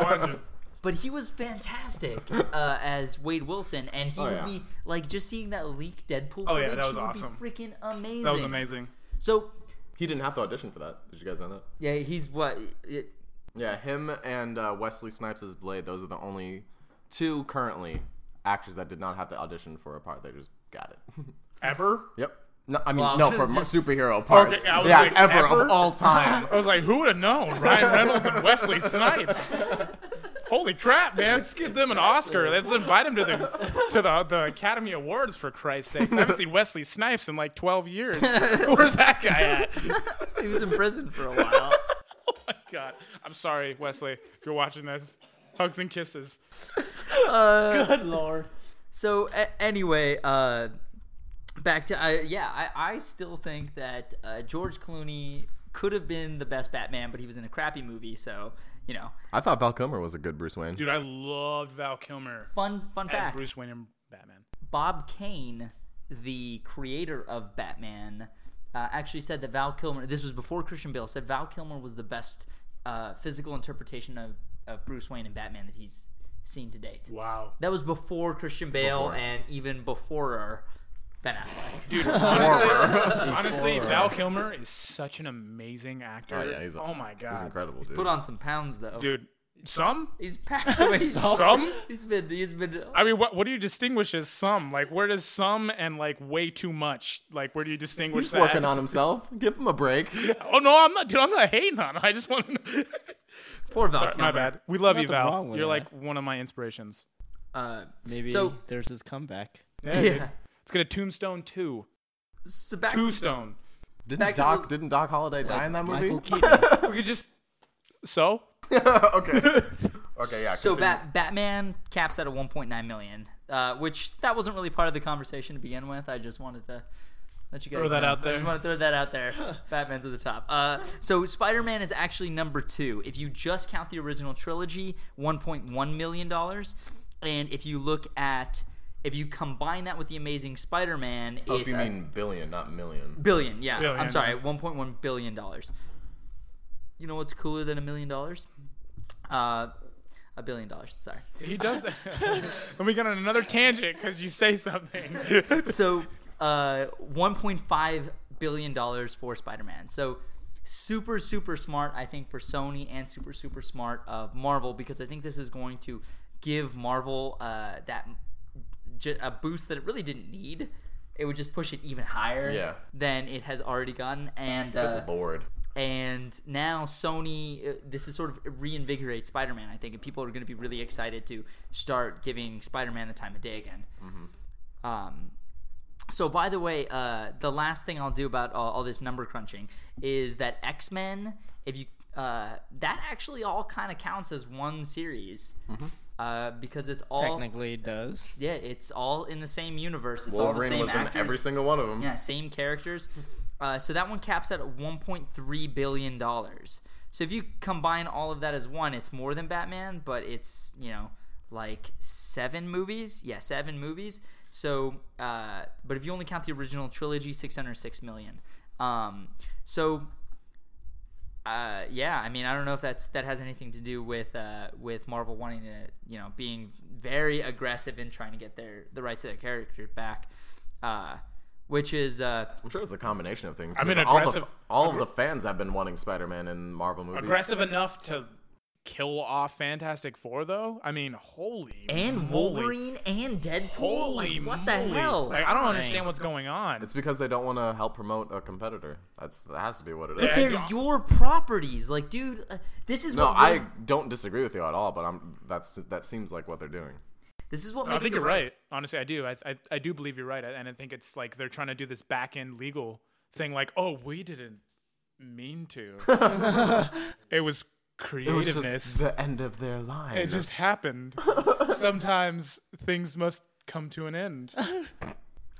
Speaker 3: Oranges.
Speaker 1: but he was fantastic uh, as Wade Wilson, and he
Speaker 2: Oh,
Speaker 1: would
Speaker 2: yeah.
Speaker 1: be like just seeing that leaked Deadpool.
Speaker 3: Oh, yeah,
Speaker 1: footage,
Speaker 3: that was
Speaker 1: he would be
Speaker 3: awesome.
Speaker 1: freaking amazing.
Speaker 3: That was amazing.
Speaker 1: So
Speaker 2: He didn't have to audition for that. Did you guys know that?
Speaker 1: yeah, he's what. It,
Speaker 2: Yeah, him and uh, Wesley Snipes as Blade. Those are the only two currently actors that did not have to audition for a part. They just got it.
Speaker 3: Ever?
Speaker 2: yep. No, I mean,
Speaker 1: Well,
Speaker 2: no,
Speaker 1: so
Speaker 2: for mu-
Speaker 1: just-
Speaker 2: superhero parts.
Speaker 3: I was
Speaker 2: yeah,
Speaker 3: like,
Speaker 2: ever,
Speaker 3: ever?
Speaker 2: of all time.
Speaker 3: I was like, who would have known? Ryan Reynolds and Wesley Snipes. Holy crap, man! Let's give them an Oscar. Let's invite them to the to the, the Academy Awards for Christ's sakes. I haven't seen Wesley Snipes in like 12 years. Where's that guy at?
Speaker 1: he was in prison for a while.
Speaker 3: God, I'm sorry, Wesley, if you're watching this. Hugs and kisses.
Speaker 4: Good lord.
Speaker 1: So a- anyway, uh, back to uh, yeah, I, I still think that uh, George Clooney could have been the best Batman, but he was in a crappy movie. So you know,
Speaker 2: I thought Val Kilmer was a good Bruce Wayne.
Speaker 3: Dude, I loved Val Kilmer
Speaker 1: fun fun
Speaker 3: as
Speaker 1: fact:
Speaker 3: Bruce Wayne and Batman.
Speaker 1: Bob Kane, the creator of Batman, uh, actually said that Val Kilmer. This was before Christian Bale said Val Kilmer was the best uh, physical interpretation of of Bruce Wayne and Batman that he's seen to date.
Speaker 3: Wow.
Speaker 1: That was before Christian Bale and even before Ben Affleck.
Speaker 3: Dude, honestly, honestly Val Kilmer is such an amazing actor.
Speaker 2: Oh, yeah, he's-
Speaker 3: oh my God.
Speaker 2: He's incredible, dude.
Speaker 1: Put on some pounds though.
Speaker 3: Dude, some?
Speaker 1: He's packed. he's,
Speaker 3: Some?
Speaker 1: he's been. He's been.
Speaker 3: I mean, what, what do you distinguish as some? Like, where does some and like way too much? Like, where do you distinguish
Speaker 2: He's
Speaker 3: that?
Speaker 2: working on himself. Give him a break.
Speaker 3: Oh no, I'm not, dude. I'm not hating on. him. I just want to.
Speaker 1: Poor Val
Speaker 3: My
Speaker 1: Kilmer.
Speaker 3: bad. We love you,
Speaker 4: Nothing
Speaker 3: Val.
Speaker 4: wrong with
Speaker 3: You're like
Speaker 4: that.
Speaker 3: one of my inspirations.
Speaker 1: Uh,
Speaker 4: Maybe
Speaker 1: So-
Speaker 4: there's his comeback.
Speaker 3: Yeah. dude.
Speaker 1: yeah.
Speaker 3: Let's get a tombstone two.
Speaker 1: So back
Speaker 3: Two
Speaker 1: to,
Speaker 3: stone.
Speaker 1: Back
Speaker 2: Didn't
Speaker 1: to
Speaker 2: Doc?
Speaker 1: those-
Speaker 2: Didn't Doc Holliday die in that movie?
Speaker 4: Michael Keaton.
Speaker 3: we could just so
Speaker 2: okay. Okay. Yeah.
Speaker 1: so
Speaker 2: continue.
Speaker 1: Bat, Batman caps at a 1.9 million, uh, which that wasn't really part of the conversation to begin with. I just wanted to let you guys
Speaker 3: Throw that
Speaker 1: know.
Speaker 3: out
Speaker 1: I
Speaker 3: there.
Speaker 1: just want to throw that out there. Batman's at the top. Uh, so Spider-Man is actually number two. If you just count the original trilogy, 1.1 million dollars, and if you look at If you combine that with the Amazing Spider-Man,
Speaker 2: Oh,
Speaker 1: it's
Speaker 2: you
Speaker 1: a
Speaker 2: mean billion, not million.
Speaker 1: billion. Yeah, I'm
Speaker 3: Billion.
Speaker 1: sorry, 1.1 billion dollars. You know what's cooler than a million dollars? Uh, a billion dollars. Sorry.
Speaker 3: He does that. Let me get on another tangent because you say something.
Speaker 1: so uh, 1.5 billion dollars for spider-man so super super smart i think for sony and super super smart of marvel because i think this is going to give marvel uh, that j- a boost that it really didn't need it would just push it even higher
Speaker 2: Yeah.
Speaker 1: than it has already gotten and uh,
Speaker 2: Good lord.
Speaker 1: and now Sony, uh, this is sort of reinvigorates Spider-Man, I think, and people are going to be really excited to start giving Spider-Man the time of day again.
Speaker 2: Mm-hmm.
Speaker 1: Um, so, by the way, uh, the last thing I'll do about all, all this number crunching is that X-Men, if you uh, that actually all kind of counts as one series
Speaker 2: Mm-hmm.
Speaker 1: uh, because it's all
Speaker 4: Technically, it does.
Speaker 1: yeah, it's all in the same universe. It's
Speaker 2: Wolverine
Speaker 1: all the
Speaker 2: was
Speaker 1: same
Speaker 2: in
Speaker 1: actors.
Speaker 2: every single one of them.
Speaker 1: Yeah, same characters. Uh, so that one caps at 1.3 billion dollars. So if you combine all of that as one, it's more than Batman, but it's you know like seven movies. Yeah, seven movies. So, uh, but if you only count the original trilogy, 606 million. Um, so uh, yeah, I mean, I don't know if that's that has anything to do with uh, with Marvel wanting to, you know, being very aggressive in trying to get their the rights to their character back, uh, which is uh,
Speaker 2: I'm sure it's a combination of things.
Speaker 3: I mean,
Speaker 2: because all, the,
Speaker 3: aggressive-
Speaker 2: all of the fans have been wanting Spider-Man in Marvel movies.
Speaker 3: Aggressive enough to kill off Fantastic Four, though. I mean, holy
Speaker 1: and
Speaker 3: moly.
Speaker 1: Wolverine and Deadpool.
Speaker 3: Holy
Speaker 1: like, what
Speaker 3: moly.
Speaker 1: the hell?
Speaker 3: Like, I don't understand what's going on.
Speaker 2: It's because they don't want to help promote a competitor. That's that has to be what it is.
Speaker 3: Yeah.
Speaker 1: They're your properties, like, dude. Uh, this is
Speaker 2: No,
Speaker 1: what
Speaker 2: I
Speaker 1: really-
Speaker 2: don't disagree with you at all, but I'm that's that seems like what they're doing.
Speaker 1: this is what
Speaker 3: I
Speaker 1: makes
Speaker 3: think
Speaker 1: the-
Speaker 3: you're right. Honestly, I do. I, I, I do believe you're right. And I think it's like they're trying to do this back end legal thing like, oh, we didn't mean to. it was creativeness.
Speaker 2: the end of their line.
Speaker 3: It just happened. Sometimes things must come to an end.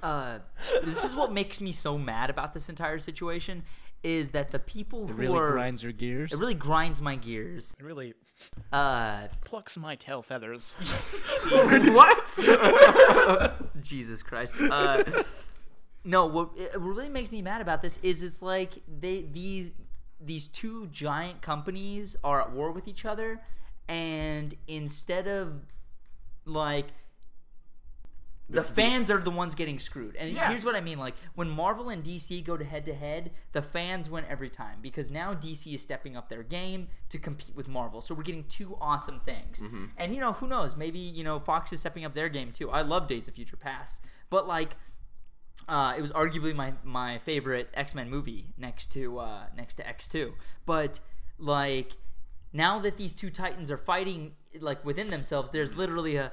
Speaker 1: uh, this is what makes me so mad about this entire situation is that the people who
Speaker 4: Really
Speaker 1: are
Speaker 4: grinds your gears.
Speaker 1: it really grinds my gears.
Speaker 3: It really
Speaker 1: Uh,
Speaker 3: plucks my tail feathers.
Speaker 1: Jesus Christ. Uh, no, what, it- what really makes me mad about this is it's like they these these two giant companies are at war with each other, and instead of like the fans are the ones getting screwed. And here's what I mean: like when Marvel and DC go to head to head, the fans win every time because now DC is stepping up their game to compete with Marvel. So we're getting two awesome things. And you know, who knows? Maybe you know Fox is stepping up their game too. I love Days of Future Past, but like. Uh, it was arguably my, my favorite X Men movie next to uh, next to X two, but like now that these two titans are fighting like within themselves, there's literally a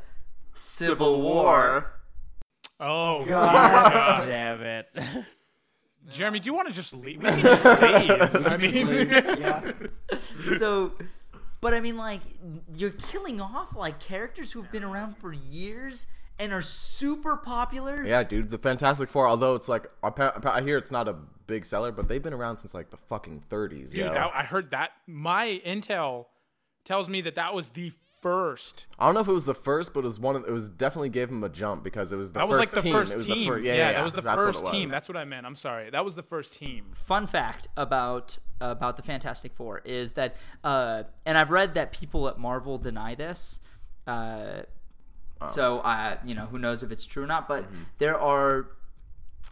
Speaker 2: Civil War.
Speaker 3: Oh,
Speaker 4: Damn it.
Speaker 3: Jeremy, do you want to just leave? We can just leave. I mean,
Speaker 1: so but i mean like you're killing off like characters who've been around for years and are super popular
Speaker 2: Yeah, dude, the Fantastic Four. Although it's like appa- appa- I hear it's not a big seller, but they've been around since like the fucking 30s.
Speaker 3: dude,
Speaker 2: yo.
Speaker 3: that, I heard that. My intel tells me that that was the first.
Speaker 2: I don't know if it was the first, but it was one. Of, it was definitely gave him a jump because it was the
Speaker 3: That was
Speaker 2: first
Speaker 3: like the
Speaker 2: team.
Speaker 3: first
Speaker 2: it was
Speaker 3: team.
Speaker 2: The fir-
Speaker 3: yeah,
Speaker 2: yeah, yeah,
Speaker 3: that was the
Speaker 2: that's what
Speaker 3: first
Speaker 2: it was.
Speaker 3: team. That's what I meant. I'm sorry. That was the first team.
Speaker 1: fun fact about about the fantastic four is that uh and i've read that people at marvel deny this uh so uh you know who knows if it's true or not but there are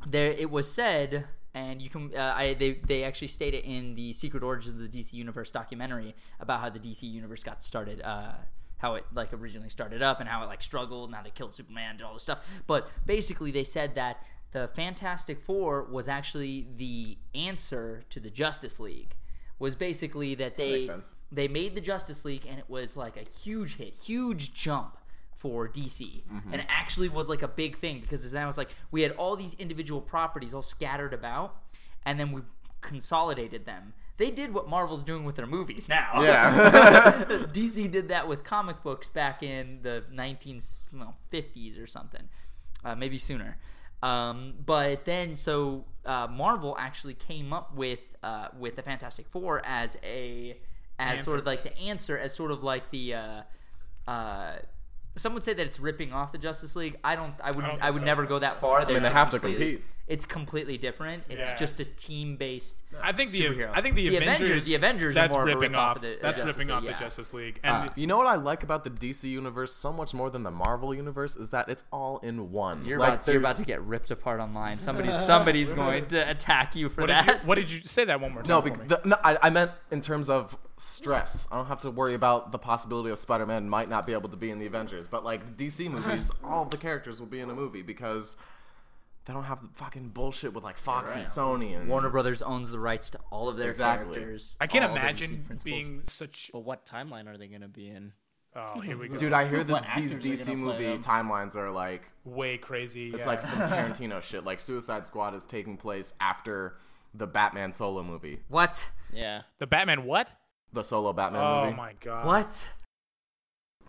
Speaker 1: there it was said and you can uh, I they, they actually state it in the Secret Origins of the DC Universe documentary about how the DC Universe got started, uh, how it like originally started up and how it like struggled and how they killed Superman and all this stuff. But basically, they said that the Fantastic Four was actually the answer to the Justice League. Was basically that they
Speaker 2: makes sense.
Speaker 1: they made the Justice League and it was like a huge hit, huge jump for DC. And it actually was like a big thing because then I was like, we had all these individual properties all scattered about and then we consolidated them. They did what Marvel's doing with their movies now.
Speaker 2: Yeah.
Speaker 1: DC did that with comic books back in the 1950s or something, uh, maybe sooner. Um, but then, so uh, Marvel actually came up with uh, with the Fantastic Four as a as sort of like the answer, as sort of like the uh, uh, Some would say that it's ripping off the Justice League. I don't. I would.
Speaker 3: don't
Speaker 1: I,
Speaker 3: think
Speaker 1: would
Speaker 3: so.
Speaker 1: never go that far. I
Speaker 2: mean, they have to compete.
Speaker 1: It's completely different. It's
Speaker 3: Yeah.
Speaker 1: just a team based.
Speaker 3: I think the
Speaker 1: Superhero.
Speaker 3: I think the,
Speaker 1: The Avengers- the Avengers are
Speaker 3: that's
Speaker 1: more of a
Speaker 3: ripping
Speaker 1: rip-off
Speaker 3: off
Speaker 1: of the-
Speaker 3: that's
Speaker 1: Justice
Speaker 3: ripping off
Speaker 1: League,
Speaker 3: the
Speaker 1: yeah.
Speaker 3: Justice League and
Speaker 2: You know what I like about the DC universe so much more than the Marvel universe is that it's all in one.
Speaker 1: You're,
Speaker 2: Like,
Speaker 1: about, you're about to
Speaker 2: there's-
Speaker 1: get ripped apart online. Somebody, somebody's going to attack you for
Speaker 3: what
Speaker 1: that.
Speaker 3: did you what did you say that one more time?
Speaker 2: No,
Speaker 3: for
Speaker 2: bec-
Speaker 3: me?
Speaker 2: the, no I, I meant in terms of stress. I don't have to worry about the possibility of Spider-Man might not be able to be in the Avengers, but like DC movies, all the characters will be in a movie because they don't have the fucking bullshit with like Fox and Sony and
Speaker 1: Warner Brothers owns the rights to all of their
Speaker 2: Exactly.
Speaker 1: characters.
Speaker 3: I can't
Speaker 2: Oh,
Speaker 1: all of the
Speaker 3: imagine
Speaker 1: DC principles.
Speaker 3: being such.
Speaker 4: But what timeline are they going to be in?
Speaker 3: Oh, here we go.
Speaker 2: Dude, I hear this, these
Speaker 4: actors are
Speaker 2: DC
Speaker 4: gonna play
Speaker 2: movie
Speaker 4: them?
Speaker 2: timelines are like
Speaker 3: way crazy.
Speaker 2: it's
Speaker 3: yeah.
Speaker 2: like some Tarantino shit. Like Suicide Squad is taking place after the Batman solo movie,
Speaker 1: What?
Speaker 4: Yeah.
Speaker 3: the Batman. What?
Speaker 2: the solo Batman
Speaker 3: Oh
Speaker 2: movie.
Speaker 3: my god.
Speaker 1: What?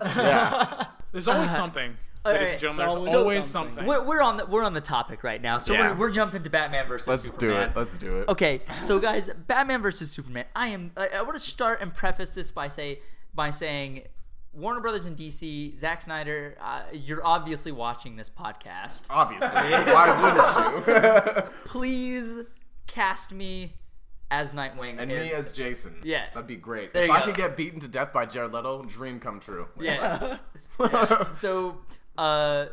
Speaker 2: Yeah,
Speaker 3: There's always
Speaker 1: Uh-huh.
Speaker 3: something. Ladies and
Speaker 1: it's
Speaker 3: gentlemen, there's
Speaker 4: always
Speaker 3: always
Speaker 4: something.
Speaker 3: something.
Speaker 1: We're, we're on the we're on the topic right now, so
Speaker 2: Yeah.
Speaker 1: we're, we're jumping to Batman versus
Speaker 2: let's do
Speaker 1: Superman.
Speaker 2: it. Let's do it.
Speaker 1: Okay, so guys, Batman versus Superman. I am. I, I want to start and preface this by say by saying, Warner Brothers and DC, Zack Snyder, uh, you're obviously watching this podcast.
Speaker 2: Obviously, why wouldn't you?
Speaker 1: Please cast me as Nightwing.
Speaker 2: And
Speaker 1: in-
Speaker 2: me as Jason.
Speaker 1: Yeah.
Speaker 2: That'd be great.
Speaker 1: There
Speaker 2: if
Speaker 1: you
Speaker 2: I
Speaker 1: go.
Speaker 2: could get beaten to death by Jared Leto, dream come true. Oh,
Speaker 1: Yeah. Yeah. So, uh,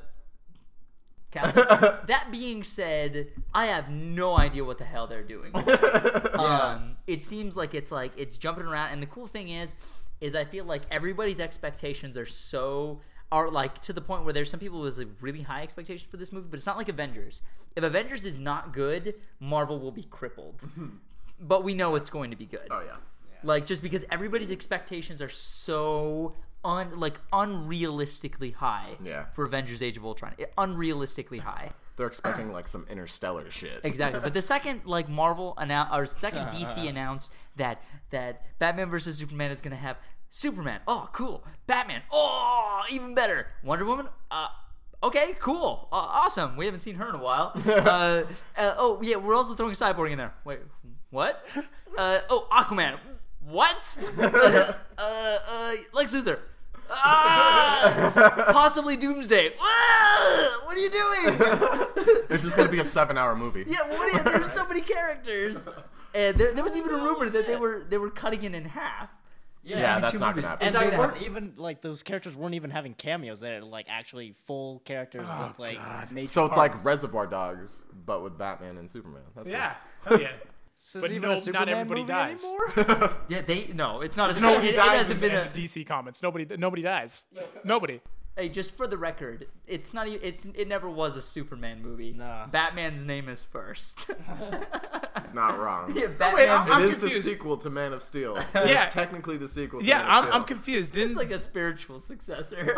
Speaker 1: cast us. that being said, I have no idea what the hell they're doing. with this. Um, it seems like it's like it's jumping around, and the cool thing is, is I feel like everybody's expectations are so are like to the point where there's some people with like really high expectations for this movie, but it's not like Avengers. If Avengers is not good, Marvel will be crippled. but we know it's going to be good.
Speaker 2: Mm-hmm. Oh yeah.
Speaker 1: Like just because everybody's expectations are so un like unrealistically high.
Speaker 2: Yeah.
Speaker 1: For Avengers: Age of Ultron, I- unrealistically high.
Speaker 2: They're expecting like some interstellar shit.
Speaker 1: Exactly. but the second like Marvel announced or second DC announced that that Batman versus Superman is gonna have Superman. Oh, cool. Batman. Oh, even better. Wonder Woman. Uh. Okay, cool, uh, awesome. We haven't seen her in a while. Uh, uh, oh yeah, we're also throwing Cyborg in there. Wait, what? Uh, oh, Aquaman. What? uh, uh, Lex Luthor. Ah! possibly Doomsday. Ah! What are you doing?
Speaker 2: It's just gonna be a seven-hour movie.
Speaker 1: Yeah, what is, there's so many characters. And there, there was even a rumor that they were they were cutting it in half.
Speaker 2: Yeah, that's not gonna happen.
Speaker 1: It's not
Speaker 4: And they
Speaker 1: gonna
Speaker 4: weren't
Speaker 1: happen.
Speaker 4: even like those characters weren't even having cameos. They're like actually full characters with like major
Speaker 2: So it's
Speaker 4: parts.
Speaker 2: like Reservoir Dogs, but with Batman and Superman. That's cool.
Speaker 3: yeah. Hell yeah.
Speaker 4: This is
Speaker 3: but
Speaker 4: even
Speaker 3: no,
Speaker 4: a
Speaker 3: not
Speaker 4: Superman
Speaker 3: everybody
Speaker 4: movie
Speaker 3: dies.
Speaker 4: anymore?
Speaker 1: Yeah, they no, it's not. It's not
Speaker 3: Nobody
Speaker 1: it, it
Speaker 3: dies
Speaker 1: hasn't
Speaker 3: in,
Speaker 1: been
Speaker 3: in
Speaker 1: a. uh,
Speaker 3: the DC comics. Nobody nobody dies. nobody.
Speaker 1: Hey, just for the record, it's not. e- It's it never was a Superman movie.
Speaker 4: Nah.
Speaker 1: Batman's name is first.
Speaker 2: It's not wrong.
Speaker 1: yeah, Batman.
Speaker 3: I'm-
Speaker 2: It is
Speaker 3: confused.
Speaker 2: the sequel to Man of Steel. It is
Speaker 3: Yeah.
Speaker 2: technically the sequel. To
Speaker 3: Yeah,
Speaker 2: Man of
Speaker 3: I'm,
Speaker 2: Steel.
Speaker 3: I'm confused. Didn't
Speaker 1: it's like a spiritual successor.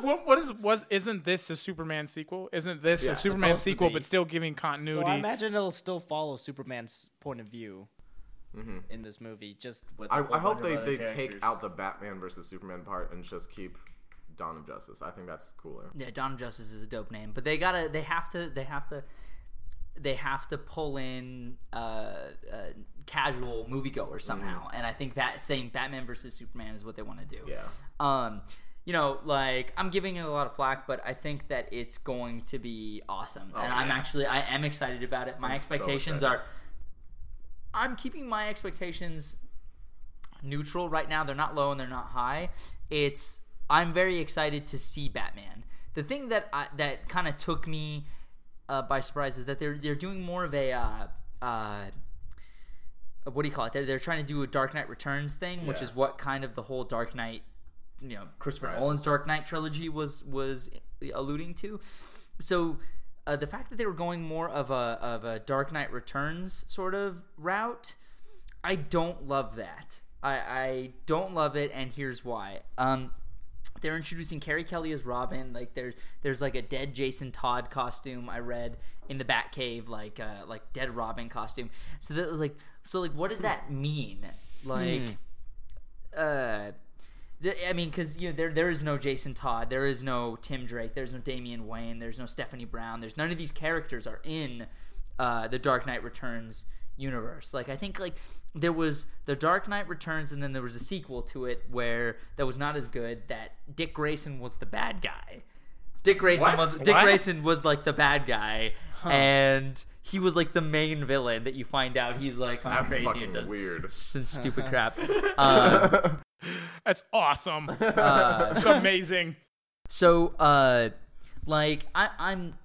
Speaker 3: what, what is was isn't this a Superman sequel? Isn't this
Speaker 2: Yeah,
Speaker 3: a Superman
Speaker 4: supposed to
Speaker 3: sequel
Speaker 4: be.
Speaker 3: but still giving
Speaker 4: So I
Speaker 3: continuity?
Speaker 4: imagine it'll still follow Superman's point of view in this movie. Just with a
Speaker 2: I,
Speaker 4: whole
Speaker 2: I hope
Speaker 4: bunch
Speaker 2: they,
Speaker 4: of
Speaker 2: they
Speaker 4: other
Speaker 2: take
Speaker 4: characters.
Speaker 2: out the Batman versus Superman part and just keep Dawn of Justice. I think that's cooler.
Speaker 1: Yeah, Dawn of Justice is a dope name, but they gotta, they have to, they have to, they have to pull in uh, uh, casual moviegoers somehow, and I think that saying Batman versus Superman is what they want to do.
Speaker 2: Mm-hmm. Yeah.
Speaker 1: Um, you know, like I'm giving it a lot of flack, but I think that it's going to be awesome, and I'm
Speaker 2: Oh, yeah.
Speaker 1: actually I am excited about it. My
Speaker 2: I'm so
Speaker 1: expectations
Speaker 2: excited.
Speaker 1: are. I'm keeping my expectations neutral right now. They're not low and they're not high. It's I'm very excited to see Batman. The thing that I, that kind of took me uh, by surprise is that they're they're doing more of a uh, uh, what do you call it? They're they're trying to do a Dark Knight Returns thing, which
Speaker 2: Yeah.
Speaker 1: is what kind of the whole Dark Knight, you know, Christopher
Speaker 2: Rises.
Speaker 1: Nolan's Dark Knight trilogy was was alluding to. So. Uh, the fact that they were going more of a of a Dark Knight Returns sort of route, I don't love that. I, I don't love it, and here's why. Um, they're introducing Carrie Kelly as Robin. Like there's there's like a dead Jason Todd costume I read in the Batcave, like uh, like dead Robin costume. So that like so like what does that mean? Like, uh. th- I mean, because you know there there is no Jason Todd, there is no Tim Drake, there's no Damian Wayne, there's no Stephanie Brown, there's none of these characters are in uh, the Dark Knight Returns universe. Like I think like there was The Dark Knight Returns and then there was a sequel to it where that was not as good that Dick Grayson was the bad guy. Dick Grayson
Speaker 2: What?
Speaker 1: was Dick
Speaker 3: What?
Speaker 1: Grayson was like the bad guy and he was like the main villain that you find out he's like kind of
Speaker 2: That's
Speaker 1: crazy
Speaker 2: fucking
Speaker 1: and does
Speaker 2: weird.
Speaker 1: some stupid crap. Um,
Speaker 3: That's awesome. it's amazing.
Speaker 1: so uh like I, I'm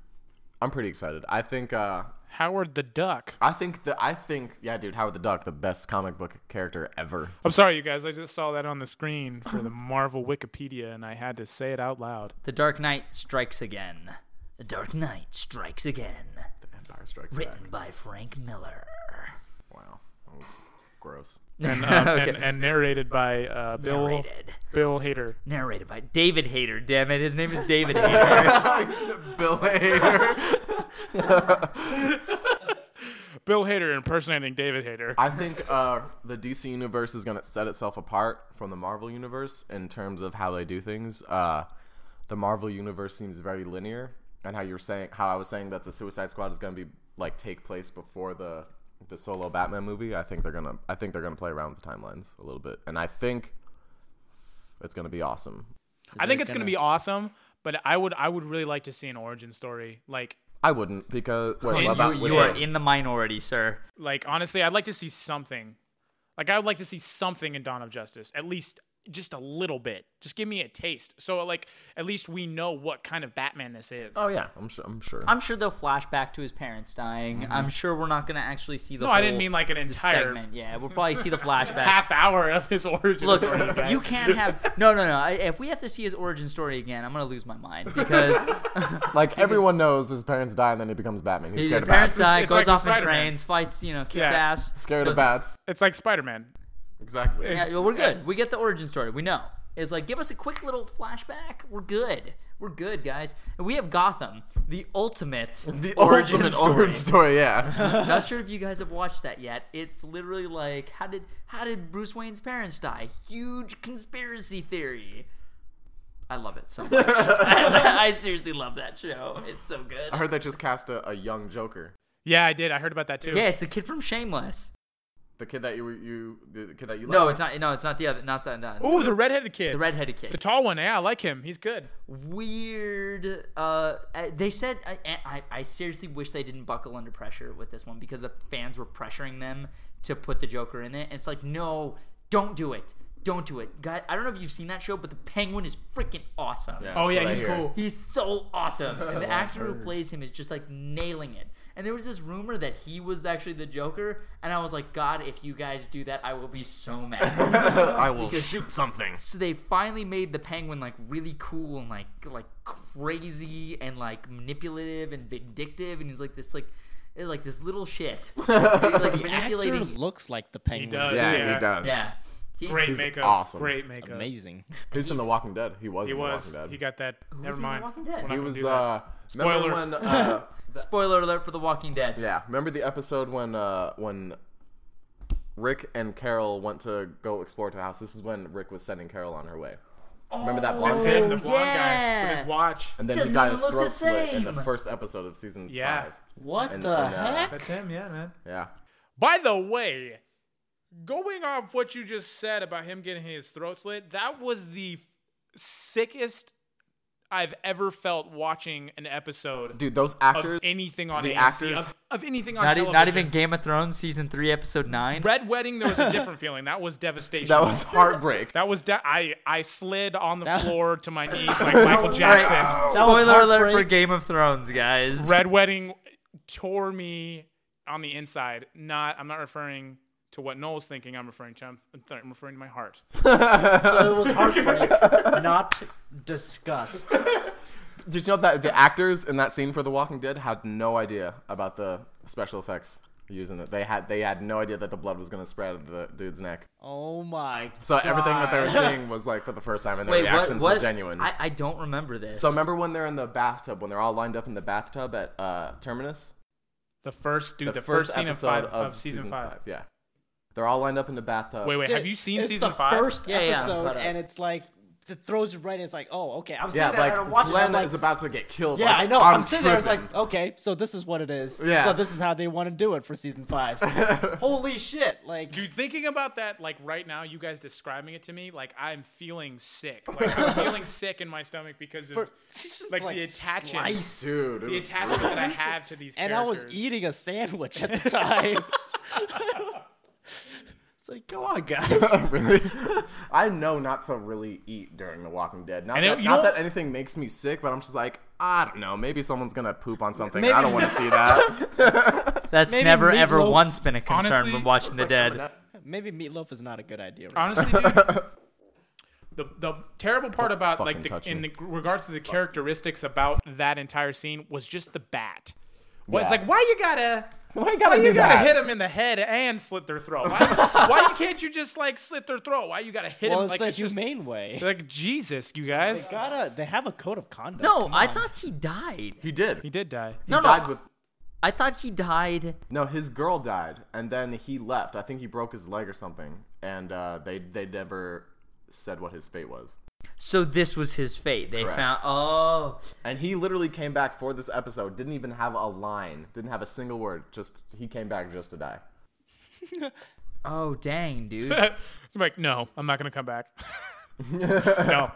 Speaker 2: I'm pretty excited. I think uh
Speaker 3: Howard the Duck.
Speaker 2: I think the I think yeah, dude, Howard the Duck, the best comic book character ever.
Speaker 3: I'm sorry, you guys. I just saw that on the screen for the Marvel Wikipedia, and I had to say it out loud.
Speaker 1: The Dark Knight Strikes Again. The Dark Knight Strikes Again.
Speaker 2: Empire Strikes Back.
Speaker 1: Written by Frank Miller.
Speaker 2: Wow. That was gross.
Speaker 3: And, um, and, and narrated by uh, Bill
Speaker 1: Narrated.
Speaker 3: Bill Hader.
Speaker 1: Narrated by David Hayter. Damn it, his name is David Hayter.
Speaker 2: Bill Hader.
Speaker 3: Bill Hader impersonating David Hader.
Speaker 2: I think uh, the DC universe is going to set itself apart from the Marvel universe in terms of how they do things. Uh, the Marvel universe seems very linear, and how you're saying, how I was saying that the Suicide Squad is going to be like take place before the the solo Batman movie. I think they're gonna, I think they're gonna play around with the timelines a little bit, and I think it's gonna be awesome.
Speaker 3: I think it's
Speaker 4: gonna-
Speaker 3: gonna be awesome, but I would I would really like to see an origin story. Like
Speaker 2: I wouldn't because wait,
Speaker 1: you,
Speaker 2: what about-
Speaker 1: you
Speaker 2: which
Speaker 1: are
Speaker 2: one?
Speaker 1: in the minority, sir.
Speaker 3: like honestly, I'd like to see something. Like I would like to see something in Dawn of Justice, at least just a little bit. Just give me a taste, so like at least we know what kind of Batman this is.
Speaker 2: Oh yeah, I'm sure. I'm sure.
Speaker 1: I'm sure they'll flash back to his parents dying. I'm sure we're not going to actually see the
Speaker 3: no,
Speaker 1: whole
Speaker 3: I didn't mean like an
Speaker 1: the
Speaker 3: entire
Speaker 1: segment. Yeah, we'll probably see the flashback.
Speaker 3: half hour of his origin
Speaker 1: Look,
Speaker 3: story. guys.
Speaker 1: you can't have no, no, no. I, if we have to see his origin story again, I'm gonna lose my mind because
Speaker 2: like everyone knows, his parents die, and then he becomes Batman. He's
Speaker 1: your
Speaker 2: scared of
Speaker 1: parents
Speaker 2: bats.
Speaker 1: die,
Speaker 3: It's
Speaker 1: goes
Speaker 3: like
Speaker 1: off in
Speaker 3: Spider-Man.
Speaker 1: trains, fights, you know, kicks
Speaker 3: Yeah.
Speaker 1: ass.
Speaker 2: Scared of
Speaker 1: goes-
Speaker 2: bats.
Speaker 3: It's like Spider Man.
Speaker 2: Exactly.
Speaker 1: Yeah, well, we're good. We get the origin story. We know. It's like give us a quick little flashback. We're good. We're good, guys. And we have Gotham, the ultimate
Speaker 2: The
Speaker 1: origin
Speaker 2: ultimate
Speaker 1: story.
Speaker 2: origin story, yeah.
Speaker 1: Not sure if you guys have watched that yet. It's literally like how did how did Bruce Wayne's parents die? Huge conspiracy theory. I love it so much. I, I seriously love that show. It's so good.
Speaker 2: I heard they just cast a, a young Joker.
Speaker 3: Yeah, I did. I heard about that too.
Speaker 1: Yeah, it's the kid from Shameless.
Speaker 2: The kid that you were- you the kid that you
Speaker 1: No,
Speaker 2: like.
Speaker 1: it's not. No, it's not the other. Not that. Not,
Speaker 3: Ooh, the redheaded kid.
Speaker 1: the redheaded kid.
Speaker 3: The tall one. Yeah, I like him. He's good.
Speaker 1: weird. Uh, uh, they said I, I, I seriously wish they didn't buckle under pressure with this one because the fans were pressuring them to put the Joker in it. And it's like, no, don't do it, don't do it, guy. I don't know if you've seen that show, but the Penguin is freaking awesome.
Speaker 3: Oh
Speaker 2: that's
Speaker 3: yeah,
Speaker 2: what I
Speaker 3: he's
Speaker 2: hear.
Speaker 3: cool.
Speaker 1: He's so awesome. and the actor who plays him is just like nailing it. And there was this rumor that he was actually the Joker, and I was like, God, if you guys do that, I will be so mad.
Speaker 2: I will shoot something.
Speaker 1: so they finally made the penguin like really cool and like like crazy and like manipulative and vindictive and he's like this like eh, like this little shit. he's like
Speaker 4: Actor
Speaker 1: manipulating.
Speaker 4: looks like the penguin.
Speaker 3: does.
Speaker 2: Yeah,
Speaker 3: Yeah.
Speaker 2: he does.
Speaker 1: Yeah. He's,
Speaker 3: Great
Speaker 2: He's
Speaker 3: makeup.
Speaker 2: awesome.
Speaker 3: Great makeup.
Speaker 4: Amazing.
Speaker 2: He's, in The Walking Dead. He was
Speaker 3: He
Speaker 2: in The
Speaker 3: was.
Speaker 2: Walking Dead.
Speaker 3: He got that.
Speaker 1: was
Speaker 3: Never
Speaker 1: in The
Speaker 3: mind.
Speaker 1: Walking Dead?
Speaker 3: We're not
Speaker 1: He
Speaker 2: He
Speaker 3: gonna
Speaker 2: was
Speaker 3: do that.
Speaker 2: uh remember
Speaker 3: Spoiler.
Speaker 2: when uh
Speaker 1: Spoiler alert for The Walking Dead.
Speaker 2: yeah, remember the episode when uh when Rick and Carol went to go explore to a house. This is when Rick was sending Carol on her way. Remember that blonde
Speaker 3: It's
Speaker 2: kid?
Speaker 3: him, the blonde guy with
Speaker 1: Oh, yeah.
Speaker 3: his watch.
Speaker 2: And then
Speaker 1: Doesn't
Speaker 2: he got
Speaker 1: even
Speaker 2: his
Speaker 1: look the
Speaker 2: throat slit in the
Speaker 1: same.
Speaker 2: first episode of season
Speaker 3: Yeah.
Speaker 2: five.
Speaker 4: What
Speaker 2: And-
Speaker 4: the
Speaker 2: and, uh,
Speaker 4: heck?
Speaker 3: That's him. Yeah, man.
Speaker 2: Yeah.
Speaker 3: By the way, going off what you just said about him getting his throat slit, that was the sickest I've ever felt watching an episode
Speaker 2: Dude, those
Speaker 3: of
Speaker 2: actors
Speaker 3: anything on
Speaker 2: the
Speaker 3: AMC,
Speaker 2: actors-
Speaker 3: of, of anything on
Speaker 1: Not, e-
Speaker 3: television.
Speaker 1: not even Game of Thrones season three episode nine.
Speaker 3: Red Wedding. There was a different feeling. That was devastation.
Speaker 2: that was heartbreak.
Speaker 3: That was de- I I slid on the
Speaker 4: That-
Speaker 3: floor to my knees like Michael Jackson.
Speaker 4: That was
Speaker 1: Spoiler alert for
Speaker 4: heartbreak.
Speaker 1: Game of Thrones, guys.
Speaker 3: Red Wedding tore me on the inside. Not I'm not referring to what Noel's thinking. I'm referring to I'm, I'm referring to my heart.
Speaker 4: So it was heartbreak, not disgust.
Speaker 2: Did you know that the actors in that scene for The Walking Dead had no idea about the special effects using it? They had they had no idea that the blood was gonna spread out of the dude's neck.
Speaker 4: Oh my.
Speaker 2: So everything that they were
Speaker 4: God.
Speaker 2: seeing was like for the first time, and their
Speaker 1: Wait, what?
Speaker 2: reactions were
Speaker 1: What?
Speaker 2: genuine.
Speaker 1: I, I don't remember this.
Speaker 2: so remember when they're in the bathtub, when they're all lined up in the bathtub at uh, Terminus,
Speaker 3: The first dude, the, first, scene of five of, season, five.
Speaker 2: Yeah, they're all lined up in the bathtub.
Speaker 3: Wait, wait, have you seen season five?
Speaker 4: First
Speaker 1: Yeah, yeah,
Speaker 4: episode,
Speaker 1: but, uh,
Speaker 4: and it's like th- throws you right in. It's like, oh, okay. I'm
Speaker 2: Yeah,
Speaker 4: sitting there and I'm
Speaker 2: like
Speaker 4: watching.
Speaker 2: Glenn
Speaker 4: I'm like,
Speaker 2: is about to get killed.
Speaker 4: yeah,
Speaker 2: like,
Speaker 4: I know. I'm, sitting there. It's
Speaker 2: tripping.
Speaker 4: like, okay, so this is what it is.
Speaker 2: Yeah.
Speaker 4: So this is how they want to do it for season five. Holy shit! Like,
Speaker 3: Dude, thinking about that, like right now, you guys describing it to me, like I'm feeling sick. Like I'm feeling sick in my stomach because of
Speaker 4: for, she's just
Speaker 3: like,
Speaker 4: like,
Speaker 3: the attachment,
Speaker 4: slice.
Speaker 2: dude, it
Speaker 3: the
Speaker 2: was
Speaker 3: attachment that I have to these
Speaker 4: and I
Speaker 3: characters.
Speaker 4: was eating a sandwich at the time. it's like, go on, guys.
Speaker 2: really? I know not to really eat during The Walking Dead. Not,
Speaker 3: And it-
Speaker 2: that,
Speaker 3: you
Speaker 2: not
Speaker 3: know-
Speaker 2: that anything makes me sick, but I'm just like, I don't know. Maybe someone's gonna poop on something.
Speaker 4: Maybe-
Speaker 2: I don't want to see that.
Speaker 1: That's
Speaker 4: Maybe
Speaker 1: never ever
Speaker 4: meatloaf-
Speaker 1: once been a concern
Speaker 3: Honestly,
Speaker 1: when watching The Dead.
Speaker 4: Maybe meatloaf is not a good idea. Right
Speaker 3: Honestly, dude, the the terrible part about like
Speaker 2: fucking
Speaker 3: the,
Speaker 2: touch
Speaker 3: in
Speaker 2: me.
Speaker 3: the, regards to the characteristics about that entire scene was just the bat. Well, It's
Speaker 2: Yeah.
Speaker 3: like why you gotta
Speaker 2: Why you
Speaker 3: why
Speaker 2: gotta
Speaker 3: you
Speaker 2: do
Speaker 3: gotta
Speaker 2: that?
Speaker 3: hit them in the head and slit their throat? Why, why you can't you just like slit their throat? Why you gotta hit
Speaker 4: well,
Speaker 3: them
Speaker 4: it's
Speaker 3: like
Speaker 4: the
Speaker 3: it's just-
Speaker 4: humane way.
Speaker 3: like Jesus, you
Speaker 4: They
Speaker 3: guys?
Speaker 4: gotta. They have a code of conduct.
Speaker 1: No,
Speaker 4: Come
Speaker 1: I
Speaker 4: on.
Speaker 1: thought he died.
Speaker 2: He did.
Speaker 3: He
Speaker 2: He
Speaker 3: did die.
Speaker 1: No, no,
Speaker 2: died
Speaker 1: I-
Speaker 2: with.
Speaker 1: I thought he died.
Speaker 2: No, his girl died, and then he left. I think he broke his leg or something, and uh, they they never said what his fate was.
Speaker 1: So this was his fate. They
Speaker 2: Correct.
Speaker 1: found. Oh,
Speaker 2: And he literally came back for this episode. Didn't even have a line. Didn't have a single word. Just he came back just to die.
Speaker 1: oh, dang, dude.
Speaker 3: I'm like, no, I'm not gonna come back. no,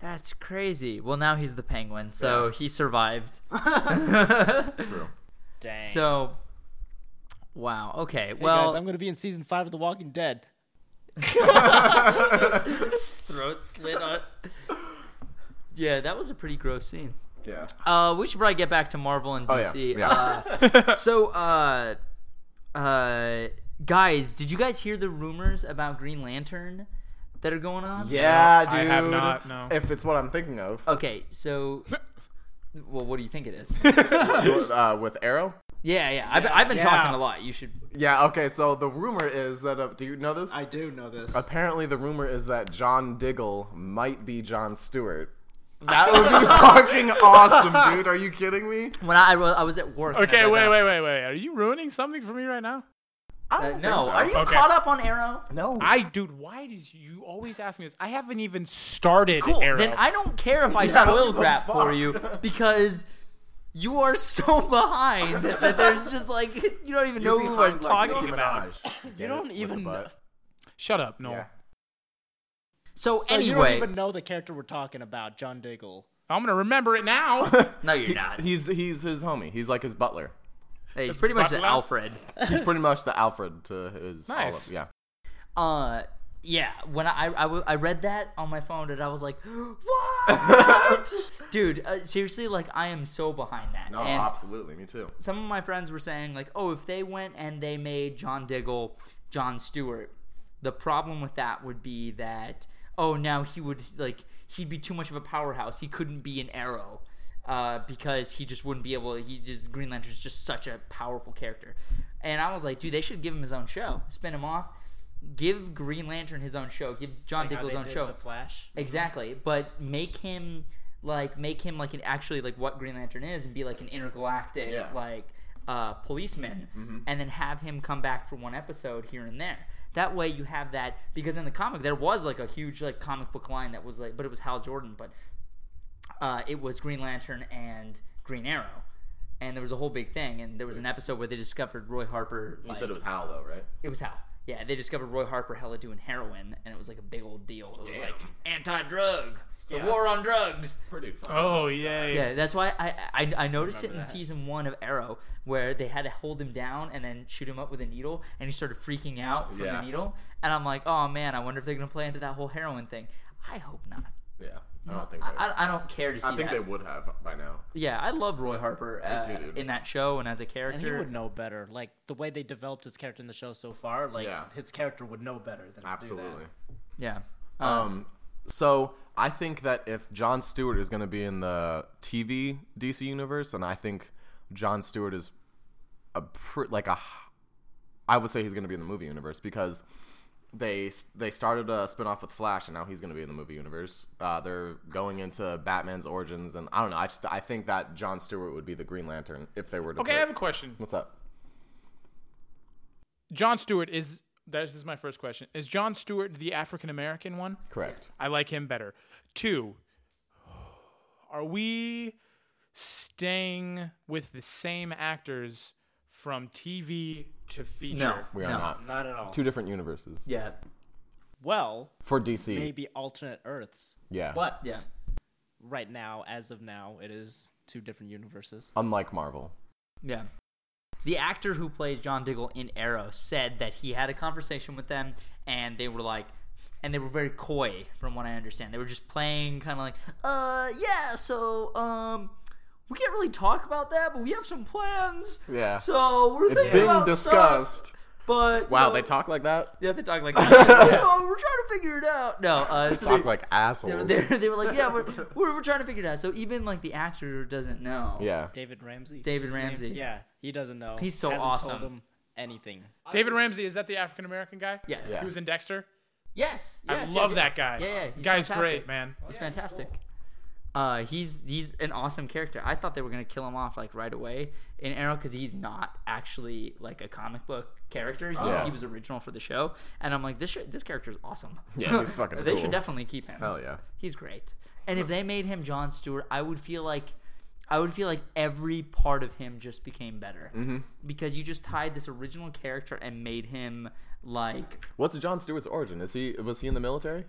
Speaker 1: That's crazy. Well, now he's the penguin, so he survived.
Speaker 4: Dang.
Speaker 1: So, wow. Okay.
Speaker 4: Hey,
Speaker 1: well,
Speaker 4: guys, I'm gonna be in season five of The Walking Dead.
Speaker 1: throat slit on. Yeah, that was a pretty gross scene.
Speaker 2: Yeah.
Speaker 1: Uh, we should probably get back to Marvel and
Speaker 2: Oh, yeah.
Speaker 1: DC.
Speaker 2: Yeah.
Speaker 1: Uh, so, uh, uh, guys, did you guys hear the rumors about Green Lantern that are going on?
Speaker 2: Yeah, dude.
Speaker 3: I have not, no.
Speaker 2: If it's what I'm thinking of,
Speaker 1: Okay, so, well, what do you think it is?
Speaker 2: uh, with Arrow.
Speaker 1: Yeah, yeah. I've, I've been
Speaker 4: Yeah.
Speaker 1: talking a lot. You should.
Speaker 2: Yeah. Okay. So the rumor is that. Uh, do you know this?
Speaker 4: do know this.
Speaker 2: Apparently, the rumor is that John Diggle might be John Stewart. That would be fucking awesome, dude. Are you kidding me?
Speaker 1: When I, I was- I was at work. and I
Speaker 3: Okay,
Speaker 1: read
Speaker 3: wait,
Speaker 1: that.
Speaker 3: wait, wait, wait. Are you ruining something for me right now?
Speaker 2: I
Speaker 1: Uh,
Speaker 2: don't
Speaker 1: no,
Speaker 2: think so.
Speaker 1: are you
Speaker 3: Okay.
Speaker 1: caught up on Arrow?
Speaker 2: No.
Speaker 3: I, dude, why does you always ask me this? I haven't even started
Speaker 1: Cool.
Speaker 3: Arrow.
Speaker 1: Then I don't care if I
Speaker 2: Yeah,
Speaker 1: spoil
Speaker 2: what the
Speaker 1: crap for
Speaker 2: fuck?
Speaker 1: you because you are so behind that there's just like you don't even know who I'm talking about.
Speaker 4: You don't even know.
Speaker 3: Shut up, Noel.
Speaker 2: Yeah.
Speaker 1: So,
Speaker 4: So you don't
Speaker 1: anyway,
Speaker 4: even know the character we're talking about, John Diggle.
Speaker 3: I'm gonna remember it now.
Speaker 1: no, you're
Speaker 2: He-
Speaker 1: not.
Speaker 2: he's he's his homie. He's like his butler.
Speaker 1: Hey, it's pretty much an
Speaker 3: Butler?
Speaker 1: Alfred.
Speaker 2: He's pretty much the Alfred to his. all of-
Speaker 3: Nice.
Speaker 2: yeah.
Speaker 1: Uh, yeah. When I I, I w- I read that on my phone, and I was like, what, dude? Uh, seriously, like I am so behind that.
Speaker 2: No,
Speaker 1: and
Speaker 2: absolutely. Me too.
Speaker 1: some of my friends were saying like, oh, if they went and they made John Diggle, John Stewart, the problem with that would be that oh, now he would like he'd be too much of a powerhouse. He couldn't be an Arrow. Uh, because he just wouldn't be able. He just Green Lantern's just such a powerful character, and I was like, dude, they should give him his own show, spin him off, give Green Lantern his own show, give John
Speaker 4: How
Speaker 1: Diggle's
Speaker 4: they
Speaker 1: own
Speaker 4: did
Speaker 1: show.
Speaker 4: The Flash.
Speaker 1: Exactly, but make him like make him like an actually like what Green Lantern is, and be like an intergalactic
Speaker 2: Yeah.
Speaker 1: like uh, policeman, and then have him come back for one episode here and there. That way you have that because in the comic there was like a huge like comic book line that was like, but it was Hal Jordan, but uh, it was Green Lantern and Green Arrow, and there was a whole big thing, and there was an episode where they discovered Roy Harper. like-
Speaker 2: it was Hal though, right?
Speaker 1: it was Hal. Yeah, they discovered Roy Harper hella doing heroin, and it was like a big old deal. It was like anti-drug, the war on drugs.
Speaker 2: Pretty fun.
Speaker 3: oh yeah, yeah.
Speaker 1: Yeah, that's why I I, I noticed it in season one of Arrow, where they had to hold him down and then shoot him up with a needle, and he started freaking out from
Speaker 2: Yeah.
Speaker 1: the needle. And I'm like, oh man, I wonder if they're gonna play into that whole heroin thing. I hope not.
Speaker 2: Yeah. I don't think.
Speaker 1: I, I, I don't care to see that.
Speaker 2: would have by now.
Speaker 1: yeah, I love Roy Harper uh,
Speaker 2: too, dude.
Speaker 1: in that show and as a character.
Speaker 4: And he would know better. Like the way they developed his character in the show so far, like
Speaker 2: Yeah.
Speaker 4: his character would know better than to do that.
Speaker 2: Absolutely.
Speaker 1: Yeah.
Speaker 2: Um, so I think that if John Stewart is going to be in the TV DC universe, and I think John Stewart is a pr- like a, h- I would say he's going to be in the movie universe because they s- they started a spinoff with Flash, and now he's going to be in the movie universe. Uh, they're going into Batman's origins, and I don't know. I just I think that John Stewart would be the Green Lantern if they were to.
Speaker 3: Okay, I
Speaker 2: put-
Speaker 3: have a question.
Speaker 2: what's up?
Speaker 3: John Stewart is That is, this is my first question. Is John Stewart the African American one?
Speaker 2: Correct.
Speaker 3: I like him better. Two, are we staying with the same actors from TV to feature?
Speaker 2: We are
Speaker 1: No.
Speaker 2: not.
Speaker 4: Not at all.
Speaker 2: Two different universes.
Speaker 1: Yeah.
Speaker 4: Well,
Speaker 2: For DC.
Speaker 4: maybe alternate Earths.
Speaker 2: Yeah.
Speaker 4: But
Speaker 1: Yeah.
Speaker 4: right now, as of now, it is two different universes.
Speaker 2: Unlike Marvel.
Speaker 1: Yeah. The actor who plays John Diggle in Arrow said that he had a conversation with them and they were like and they were very coy from what I understand. They were just playing kind of like, "Uh, yeah, so um we can't really talk about that, but we have some plans."
Speaker 2: Yeah.
Speaker 1: So, we're
Speaker 2: It's
Speaker 1: thinking
Speaker 2: being
Speaker 1: about stuff,
Speaker 2: discussed.
Speaker 1: but
Speaker 2: Wow,
Speaker 1: uh,
Speaker 2: they talk like that?
Speaker 1: Yeah, they talk like that. so, we're trying to figure it out. No, uh so
Speaker 2: Talk
Speaker 1: they-
Speaker 2: like
Speaker 1: they, were-
Speaker 2: assholes.
Speaker 1: they, were- they were like, "Yeah, we're, we're we're trying to figure it out." So, even like the actor doesn't know.
Speaker 2: Yeah.
Speaker 4: David Ramsey.
Speaker 1: David
Speaker 4: his name?
Speaker 1: Ramsey.
Speaker 4: Yeah, he doesn't know.
Speaker 1: He's so
Speaker 4: Hasn't
Speaker 1: awesome.
Speaker 4: Told him anything.
Speaker 3: David Ramsey, is that the African American guy?
Speaker 1: Yes.
Speaker 2: Yeah.
Speaker 3: He was in Dexter?
Speaker 1: Yes. yes,
Speaker 3: I
Speaker 1: yes,
Speaker 3: love
Speaker 1: yes.
Speaker 3: that guy.
Speaker 1: Yeah, yeah. he's
Speaker 3: Guy's
Speaker 1: fantastic.
Speaker 3: great, man.
Speaker 1: He's fantastic. Uh, he's he's an awesome character. I thought they were gonna kill him off like right away in Arrow because he's not actually like a comic book character. He's,
Speaker 3: Oh.
Speaker 2: Yeah.
Speaker 1: He was original for the show, and I'm like, this sh- this character's awesome.
Speaker 2: Yeah, he's fucking
Speaker 1: they
Speaker 2: cool.
Speaker 1: should definitely keep him.
Speaker 2: Hell yeah.
Speaker 1: He's great. And if they made him John Stewart, I would feel like I would feel like every part of him just became better
Speaker 2: Mm-hmm.
Speaker 1: because you just tied this original character and made him like
Speaker 2: What's John Stewart's origin? Is he was he in the military?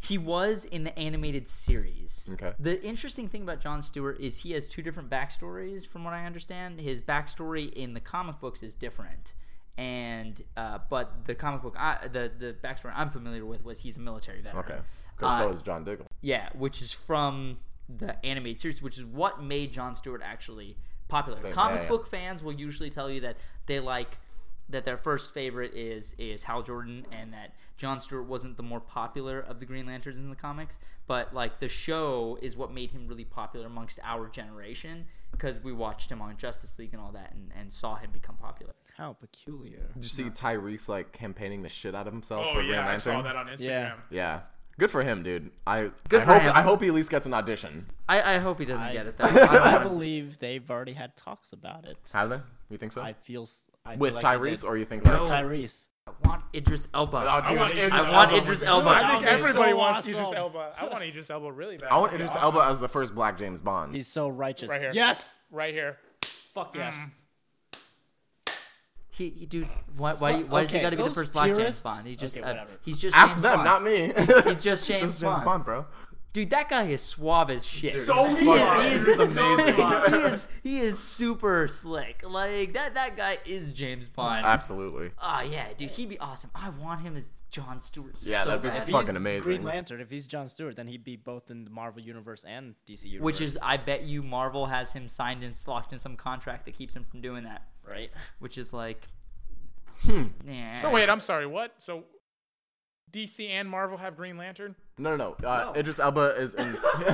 Speaker 1: He was in the animated series.
Speaker 2: Okay.
Speaker 1: The interesting thing about John Stewart is he has two different backstories, from what I understand. His backstory in the comic books is different, and uh, but the comic book, I, the the backstory I'm familiar with was he's a military veteran.
Speaker 2: Okay. Because so
Speaker 1: Uh,
Speaker 2: is John Diggle.
Speaker 1: Yeah, which is from the animated series, which is what made John Stewart actually popular. Comic
Speaker 2: yeah.
Speaker 1: book fans will usually tell you that they like that their first favorite is is Hal Jordan and that John Stewart wasn't the more popular of the Green Lanterns in the comics, but like the show is what made him really popular amongst our generation because we watched him on Justice League and all that and, and saw him become popular.
Speaker 4: How peculiar.
Speaker 2: Did you see Tyrese like campaigning the shit out of himself
Speaker 3: Oh,
Speaker 2: for Green
Speaker 3: yeah. I
Speaker 2: Lantern?
Speaker 3: saw that on Instagram.
Speaker 4: Yeah.
Speaker 2: Yeah. Good for him, dude. I
Speaker 1: Good
Speaker 2: I
Speaker 1: for
Speaker 2: hope
Speaker 1: him.
Speaker 2: I hope he at least gets an audition.
Speaker 1: I, I hope he doesn't
Speaker 4: I-
Speaker 1: get it though. I don't want
Speaker 4: I
Speaker 1: him-
Speaker 4: believe they've already had talks about it.
Speaker 2: Have they? You think so?
Speaker 4: I feel. s- I feel
Speaker 2: With
Speaker 4: like they
Speaker 2: Tyrese,
Speaker 4: did.
Speaker 2: or you think
Speaker 4: With
Speaker 2: like
Speaker 4: Tyrese.
Speaker 1: I want Idris Elba.
Speaker 2: Oh, dude,
Speaker 3: want
Speaker 2: Idris
Speaker 3: Idris
Speaker 1: I want
Speaker 2: Elba.
Speaker 1: Idris Elba.
Speaker 3: I think
Speaker 4: That would be
Speaker 3: everybody
Speaker 4: so
Speaker 3: wants
Speaker 4: awesome.
Speaker 3: Idris Elba. I want Idris Elba really bad.
Speaker 2: I want
Speaker 3: That'd be
Speaker 2: Idris
Speaker 3: awesome.
Speaker 2: Elba as the first Black James Bond.
Speaker 4: He's so righteous.
Speaker 3: Right here. Mm.
Speaker 4: Yes.
Speaker 3: Right here.
Speaker 4: Fuck yes.
Speaker 1: He, he- dude, why, why, do you- why does he
Speaker 4: okay,
Speaker 1: got to be the
Speaker 4: those
Speaker 1: first black
Speaker 4: purists-
Speaker 1: James Bond? He's just,
Speaker 4: okay,
Speaker 1: uh,
Speaker 4: whatever.
Speaker 1: he's just
Speaker 2: Ask
Speaker 1: James Bond.
Speaker 2: them, not me.
Speaker 1: He's just James,
Speaker 2: James
Speaker 1: Bond.
Speaker 2: Bond, bro.
Speaker 1: Dude, that guy is suave as shit.
Speaker 2: he
Speaker 1: he is,
Speaker 2: amazing.
Speaker 1: he is, he is super slick. Like that, that guy is James Bond.
Speaker 2: Absolutely.
Speaker 1: Oh yeah, dude, he'd be awesome. I want him as John Stewart.
Speaker 2: Yeah,
Speaker 1: so
Speaker 2: that'd be
Speaker 1: bad.
Speaker 2: fucking
Speaker 4: He's
Speaker 2: amazing.
Speaker 4: Green Lantern. If he's John Stewart, then he'd be both in the Marvel universe and DC universe.
Speaker 1: Which is, I bet you, Marvel has him signed and locked in some contract that keeps him from doing that.
Speaker 4: right.
Speaker 1: Which is like,
Speaker 2: Hmm.
Speaker 1: yeah.
Speaker 3: So wait, I'm sorry. What? So DC and Marvel have Green Lantern?
Speaker 2: No, no, no. Uh, Idris Elba is in. You're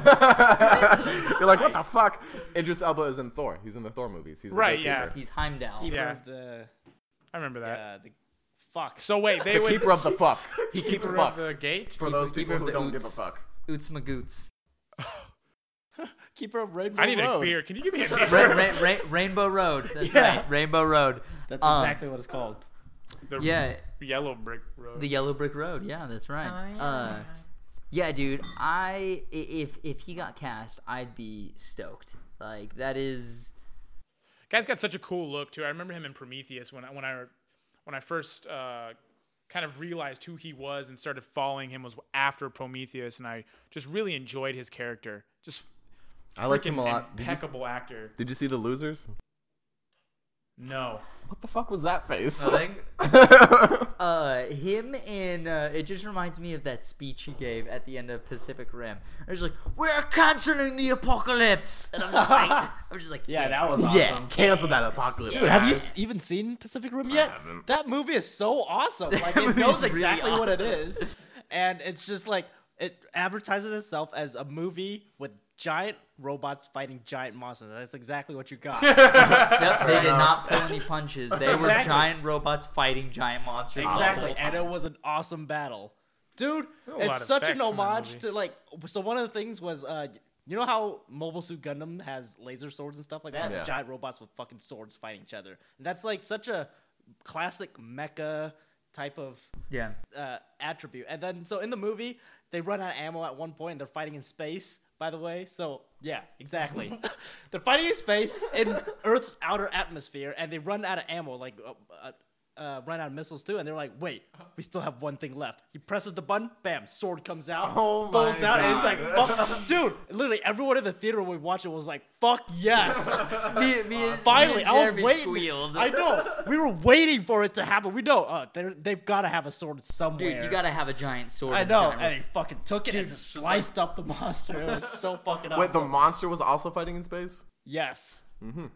Speaker 2: like, what the fuck? Idris Elba is in Thor. He's in the Thor movies. He's the
Speaker 3: Right,
Speaker 2: gatekeeper.
Speaker 1: he's Heimdall.
Speaker 4: Keeper
Speaker 3: Yeah.
Speaker 4: of the
Speaker 3: I remember that.
Speaker 4: uh, the fuck.
Speaker 3: So wait, they
Speaker 2: The
Speaker 3: would
Speaker 2: keeper of the fuck. He keeps
Speaker 3: keeper of the
Speaker 2: fucks.
Speaker 3: gate.
Speaker 2: For those
Speaker 1: keeper
Speaker 2: people
Speaker 1: of
Speaker 2: who
Speaker 1: the
Speaker 2: don't give a
Speaker 1: oots.
Speaker 2: fuck.
Speaker 1: Oots Magoots.
Speaker 4: keeper of Rainbow
Speaker 3: I need a
Speaker 4: Road.
Speaker 3: beer. Can you give me a beer?
Speaker 1: Ra- ra- ra- Rainbow Road. That's
Speaker 4: Yeah.
Speaker 1: right. Rainbow Road.
Speaker 4: That's
Speaker 1: Um,
Speaker 4: exactly what it's called.
Speaker 3: The
Speaker 1: Yeah,
Speaker 3: Yellow brick road.
Speaker 1: the yellow brick road. Yeah, that's right.
Speaker 4: Oh,
Speaker 1: Uh, yeah, dude. I i- if if he got cast, I'd be stoked. Like that is
Speaker 3: Guy's got such a cool look too. I remember him in Prometheus when I when I when I first uh, kind of realized who he was and started following him was after Prometheus, and I just really enjoyed his character. Just
Speaker 2: I liked
Speaker 3: freaking
Speaker 2: him a lot. Did you, s-
Speaker 3: Impeccable actor.
Speaker 2: did you see the losers?
Speaker 3: No,
Speaker 2: What the fuck was that face?
Speaker 1: uh him in. Uh, it just reminds me of that speech he gave at the end of Pacific Rim. I was like, "We're canceling the apocalypse," and I'm just like, I'm just like,
Speaker 4: Yeah, that was awesome.
Speaker 1: yeah.
Speaker 2: Cancel that apocalypse.
Speaker 4: Dude, have you s- even seen Pacific Rim yet?
Speaker 2: haven't.
Speaker 4: That movie is so awesome. Like it
Speaker 1: movie's
Speaker 4: knows
Speaker 1: really
Speaker 4: exactly what it
Speaker 1: awesome.
Speaker 4: is, and it's just like it advertises itself as a movie with giant robots fighting giant monsters. That's exactly what you got.
Speaker 1: Yep, they did not pull any punches. They were
Speaker 4: Exactly.
Speaker 1: giant robots fighting giant monsters. the whole
Speaker 4: exactly,
Speaker 1: time.
Speaker 4: and it was an awesome battle, dude.
Speaker 3: There were a lot
Speaker 4: It's
Speaker 3: of
Speaker 4: such an
Speaker 3: effects in that
Speaker 4: homage
Speaker 3: movie.
Speaker 4: to like. So one of the things was, uh, you know how Mobile Suit Gundam has laser swords and stuff like that.
Speaker 2: Yeah.
Speaker 4: Giant robots with fucking swords fighting each other. And that's like such a classic mecha type of
Speaker 1: Yeah.
Speaker 4: uh, attribute. And then so in the movie, they run out of ammo at one point and they're fighting in space, by the way. So yeah, exactly. they're fighting in space in Earth's outer atmosphere and they run out of ammo, like uh, uh, uh, run out of missiles too. And they're like, wait, we still have one thing left. He presses the button, bam, sword comes out,
Speaker 2: Oh my
Speaker 4: folds out, and it's
Speaker 2: God.
Speaker 4: like, fuck, dude, literally everyone in the theater when we watched it was like, fuck yes.
Speaker 1: Me, me,
Speaker 4: Finally,
Speaker 1: me and
Speaker 4: I was
Speaker 1: Jeremy
Speaker 4: waiting.
Speaker 1: squealed.
Speaker 4: I know. We were waiting for it to happen. We know. Uh, they're- they've got to have a sword somewhere.
Speaker 1: Dude, you gotta have a giant sword.
Speaker 4: I
Speaker 1: and a
Speaker 4: know.
Speaker 1: giant-
Speaker 4: And he fucking took it and just sliced up the monster. It was so fucking awesome.
Speaker 2: Wait, the monster was also fighting in space?
Speaker 4: yes.
Speaker 1: Dude,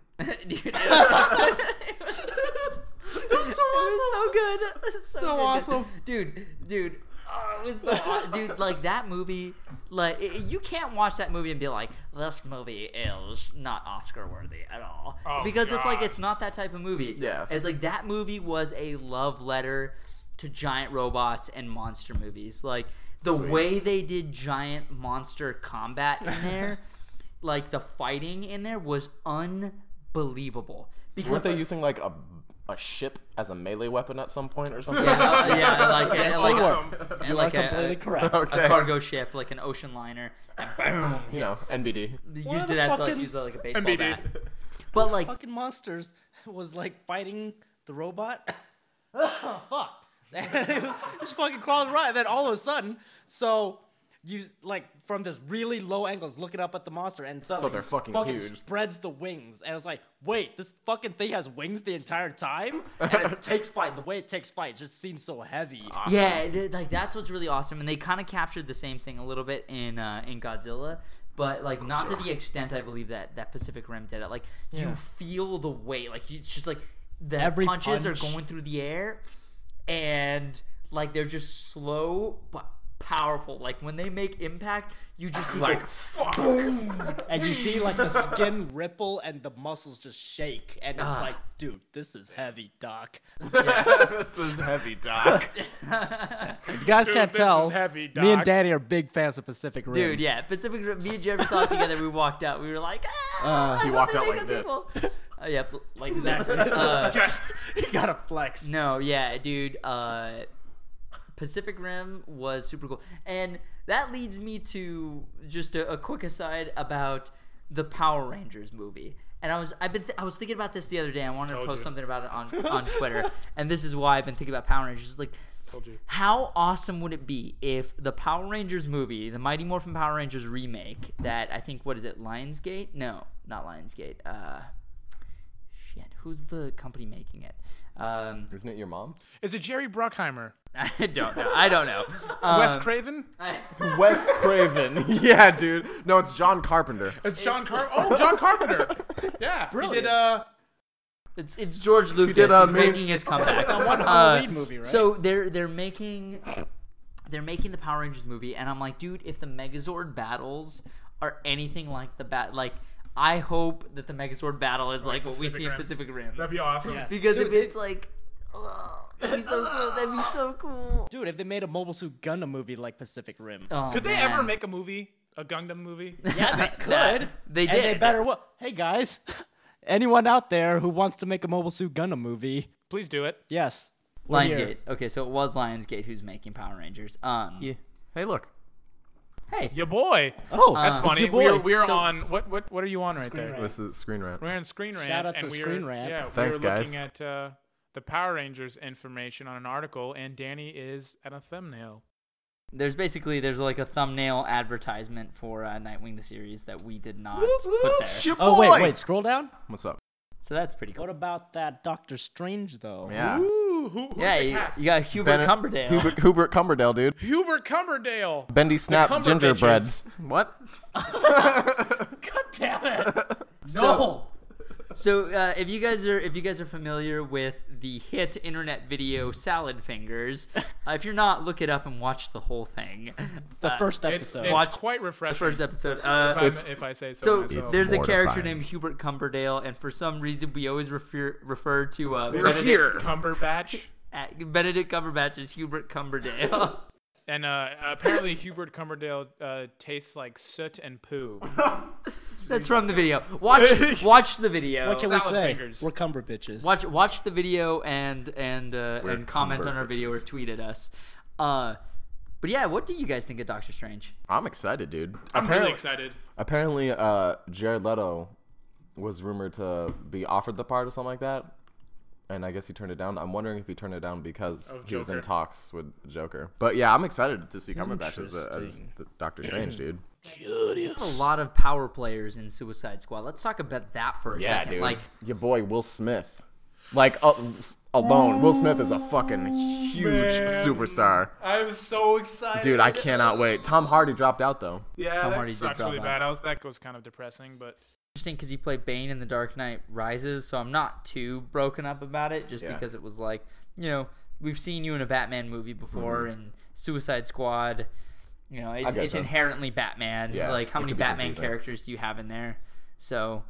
Speaker 1: it was- it was so good. It was So, good.
Speaker 4: awesome.
Speaker 1: dude. Dude, oh, it was so aw- dude. Like that movie, like i- you can't watch that movie and be like, this movie is not Oscar worthy at all,
Speaker 3: Oh,
Speaker 1: because it's like
Speaker 3: God.
Speaker 1: it's not that type of movie.
Speaker 2: Yeah.
Speaker 1: it's like that movie was a love letter to giant robots and monster movies. Like the way they did giant monster combat in there. like the fighting in there was unbelievable
Speaker 2: Weren't
Speaker 1: because
Speaker 2: they using like a a ship as a melee weapon at some point or something?
Speaker 1: yeah, yeah, like and like,
Speaker 4: awesome.
Speaker 1: and
Speaker 4: You
Speaker 1: like
Speaker 4: are
Speaker 1: a,
Speaker 4: completely
Speaker 1: a-
Speaker 4: correct.
Speaker 1: a cargo ship, like an ocean liner, and boom,
Speaker 2: You know, NBD.
Speaker 1: used
Speaker 4: the
Speaker 1: it as like
Speaker 4: fucking-
Speaker 1: used it like a baseball
Speaker 3: NBD.
Speaker 1: bat. But like,
Speaker 4: Fucking monsters was like fighting the robot. fuck. just fucking crawling right. And then all of a sudden, so you like from this really low angle, is looking up at the monster, and suddenly
Speaker 2: they're fucking huge.
Speaker 4: spreads the wings, and it's like, wait, this fucking thing has wings the entire time, and it takes flight. The way it takes flight just seems so heavy.
Speaker 2: Ah.
Speaker 1: yeah, th- like that's what's really awesome, and they kind of captured the same thing a little bit in uh, in Godzilla, but like not to the extent I believe that that Pacific Rim did it. Like you feel the weight, like you, it's just like the
Speaker 4: Every
Speaker 1: punches are
Speaker 4: punch.
Speaker 1: going through the air, and like they're just slow but powerful. Like when they make impact, you just see like
Speaker 4: and you see like the skin ripple and the muscles just shake, and it's
Speaker 2: Ah.
Speaker 4: like, dude, this is heavy, doc.
Speaker 2: this is heavy, Doc.
Speaker 4: If you guys
Speaker 3: Dude,
Speaker 4: can't
Speaker 3: this
Speaker 4: tell,
Speaker 3: is heavy,
Speaker 4: me and
Speaker 3: Doc.
Speaker 4: Danny are big fans of Pacific Rim.
Speaker 1: Dude, yeah, Pacific Rim. Me and Jeremy saw it together. We walked out. We were like, ah, I
Speaker 2: Uh, he
Speaker 1: hope
Speaker 2: walked
Speaker 1: they
Speaker 2: out
Speaker 1: make
Speaker 2: like
Speaker 1: a
Speaker 2: this.
Speaker 1: sequel." Uh, yep, like
Speaker 4: Exactly.
Speaker 1: this. Uh,
Speaker 4: you gotta flex.
Speaker 1: no, yeah, dude. Uh, Pacific Rim was super cool, and that leads me to just a, a quick aside about the Power Rangers movie. And I was I've been th- I was thinking about this the other day. I wanted to
Speaker 3: Told
Speaker 1: post
Speaker 3: you.
Speaker 1: something about it on on Twitter, and this is why I've been thinking about Power Rangers. Like,
Speaker 3: Told you.
Speaker 1: how awesome would it be if the Power Rangers movie, the Mighty Morphin Power Rangers remake, that I think what is it, Lionsgate? No, not Lionsgate. Uh, shit, who's the company making it? Um,
Speaker 2: Isn't it your mom?
Speaker 3: Is it Jerry Bruckheimer?
Speaker 1: I don't know. I don't know.
Speaker 3: Wes Craven?
Speaker 2: Wes Craven. yeah, dude. No, it's John Carpenter.
Speaker 3: It's John Carpenter. Oh, John Carpenter. Yeah. He
Speaker 4: Brilliant.
Speaker 3: did uh
Speaker 1: It's it's George Lucas.
Speaker 2: did, uh,
Speaker 1: He's
Speaker 2: main-
Speaker 1: making his comeback.
Speaker 4: One
Speaker 1: Uh,
Speaker 4: Halloween movie, right?
Speaker 1: So they're they're making they're making the Power Rangers movie, and I'm like, dude, if the Megazord battles are anything like the bat, like I hope that the Megazord battle is like, what we
Speaker 3: Pacific
Speaker 1: see in
Speaker 3: Rim.
Speaker 1: Pacific Rim,
Speaker 3: That'd be awesome.
Speaker 4: Yes.
Speaker 1: because
Speaker 4: Dude,
Speaker 1: if it's like, oh, that'd be so cool. That'd be so cool.
Speaker 4: dude, if they made a Mobile Suit Gundam movie like Pacific Rim,
Speaker 1: Oh,
Speaker 3: Could they
Speaker 1: man.
Speaker 3: ever make a movie? A Gundam movie?
Speaker 4: yeah, they could.
Speaker 1: they
Speaker 4: And they
Speaker 1: did.
Speaker 4: better. What? Hey guys, anyone out there who wants to make a Mobile Suit Gundam movie?
Speaker 3: Please do it.
Speaker 4: Yes, we're here.
Speaker 1: Lionsgate? Okay, so it was Lionsgate who's making Power Rangers. Um,
Speaker 2: Hey, look.
Speaker 1: hey,
Speaker 3: Your boy.
Speaker 4: Oh,
Speaker 3: That's funny.
Speaker 4: your
Speaker 3: We're,
Speaker 4: boy.
Speaker 3: we're on what what what are you on right there?
Speaker 4: Rant.
Speaker 2: This is Screen Rant.
Speaker 3: We're on Screen Rant.
Speaker 4: Shout out to
Speaker 3: and we
Speaker 4: Screen
Speaker 3: were,
Speaker 4: Rant.
Speaker 3: Yeah,
Speaker 2: Thanks,
Speaker 3: we were looking
Speaker 2: guys.
Speaker 3: at uh, the Power Rangers information on an article, and Danny is at a thumbnail.
Speaker 1: There's basically there's like a thumbnail advertisement for uh, Nightwing the series that we did not put there.
Speaker 4: Oh wait, wait. Scroll down.
Speaker 2: What's up?
Speaker 1: So that's pretty cool.
Speaker 4: What about that Doctor Strange though?
Speaker 2: Ah. Yeah.
Speaker 3: Ooh, who, who
Speaker 1: yeah,
Speaker 3: did they
Speaker 1: you,
Speaker 3: cast?
Speaker 1: you got Hubert
Speaker 2: Bennett-
Speaker 1: Cumberdale.
Speaker 2: Hubert, Hubert Cumberdale, dude.
Speaker 3: Hubert Cumberdale.
Speaker 2: Bendy Snap
Speaker 3: Cumber
Speaker 2: Gingerbread.
Speaker 3: bitches.
Speaker 2: What?
Speaker 4: Damn it!
Speaker 1: So- So uh, if you guys are if you guys are familiar with the hit internet video Salad Fingers, uh, if you're not, look it up and watch the whole thing.
Speaker 4: the first
Speaker 3: It's,
Speaker 4: episode.
Speaker 3: it's
Speaker 1: uh, Watch-
Speaker 3: quite refreshing.
Speaker 1: First episode.
Speaker 3: if,
Speaker 1: Uh,
Speaker 3: I'm-
Speaker 2: It's-
Speaker 3: if I say so.
Speaker 1: so
Speaker 3: myself.
Speaker 1: there's a character
Speaker 2: mortifying.
Speaker 1: named Hubert Cumberdale, and for some reason we always refer refer to uh,
Speaker 3: Benedict
Speaker 1: Benedict,
Speaker 3: Cumberbatch.
Speaker 1: Benedict Cumberbatch as Hubert Cumberdale.
Speaker 3: And uh, apparently, Hubert Cumberdale uh, tastes like soot and poo.
Speaker 1: That's from the video. Watch watch the video.
Speaker 4: What can we
Speaker 3: Salad
Speaker 4: say?
Speaker 3: fingers.
Speaker 4: We're cumber bitches.
Speaker 1: Watch watch the video and and uh,
Speaker 2: We're
Speaker 1: and comment on
Speaker 2: cumber
Speaker 1: our video or
Speaker 2: bitches.
Speaker 1: tweet at us. Uh, but yeah, what do you guys think of Doctor Strange?
Speaker 2: I'm excited, dude.
Speaker 3: I'm
Speaker 2: Apparently-
Speaker 3: really excited.
Speaker 2: Apparently, uh, Jared Leto was rumored to be offered the part or something like that, and I guess he turned it down. I'm wondering if he turned it down because
Speaker 3: Of
Speaker 2: he was in
Speaker 3: Joker.
Speaker 2: talks with Joker. But yeah, I'm excited to see Cumberbatch as, the, as
Speaker 4: Interesting.
Speaker 2: the Doctor Strange, dude.
Speaker 1: A lot of power players in Suicide Squad. Let's talk about that for a second. Like
Speaker 2: your boy Will Smith. Like uh, s- alone, Will Smith is a fucking huge
Speaker 3: Man.
Speaker 2: superstar,
Speaker 3: I'm so excited.
Speaker 2: dude. I cannot wait. Tom Hardy dropped out though.
Speaker 3: yeah,
Speaker 1: Tom
Speaker 3: that
Speaker 1: Hardy did
Speaker 3: sucks
Speaker 1: drop
Speaker 3: really
Speaker 1: out.
Speaker 3: bad. I was, that was kind of depressing, but
Speaker 1: interesting because he played Bane in The Dark Knight Rises, so I'm not too broken up about it just
Speaker 2: Yeah.
Speaker 1: because it was like, you know, we've seen you in a Batman movie before and Suicide Squad. You know, it's,
Speaker 2: Mm-hmm. I
Speaker 1: it's
Speaker 2: gotcha.
Speaker 1: inherently Batman.
Speaker 2: Yeah,
Speaker 1: like, how
Speaker 2: it
Speaker 1: many
Speaker 2: could be
Speaker 1: Batman
Speaker 2: confusing.
Speaker 1: characters do you have in there? So,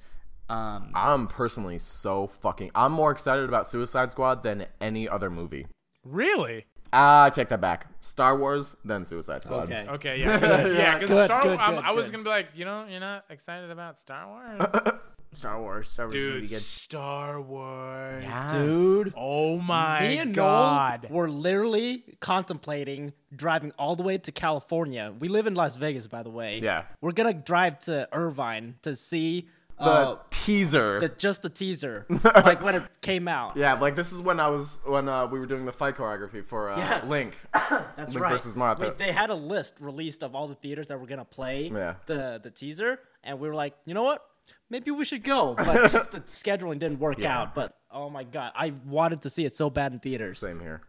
Speaker 1: um,
Speaker 2: I'm personally so fucking. I'm more excited about Suicide Squad than any other movie.
Speaker 3: really,
Speaker 2: Ah, I take that back. Star Wars, then Suicide Squad.
Speaker 4: okay.
Speaker 3: okay, yeah, 'cause- yeah, because
Speaker 4: Good,
Speaker 3: Star.
Speaker 4: good,
Speaker 3: I'm-
Speaker 4: good,
Speaker 3: I was
Speaker 4: good.
Speaker 3: gonna be like, you know, you're not excited about Star Wars,
Speaker 1: Star Wars. Star Wars is going to
Speaker 3: dude.
Speaker 1: be good.
Speaker 3: Star Wars.
Speaker 4: Dude.
Speaker 3: Oh my
Speaker 4: Me and
Speaker 3: god.
Speaker 4: Noel were literally contemplating driving all the way to California. We live in Las Vegas, by the way.
Speaker 2: Yeah.
Speaker 4: We're gonna drive to Irvine to see
Speaker 2: The
Speaker 4: uh,
Speaker 2: teaser.
Speaker 4: the, just the teaser, like when it came out.
Speaker 2: yeah, like this is when I was when uh, we were doing the fight choreography for uh,
Speaker 4: Yes.
Speaker 2: Link.
Speaker 4: That's
Speaker 2: Link
Speaker 4: right.
Speaker 2: versus Martha.
Speaker 4: Wait, they had a list released of all the theaters that were gonna play
Speaker 2: Yeah.
Speaker 4: the the teaser, and we were like, you know what? Maybe we should go, but just the scheduling didn't work
Speaker 2: Yeah.
Speaker 4: out. But oh my god, I wanted to see it so bad in theaters.
Speaker 2: Same here.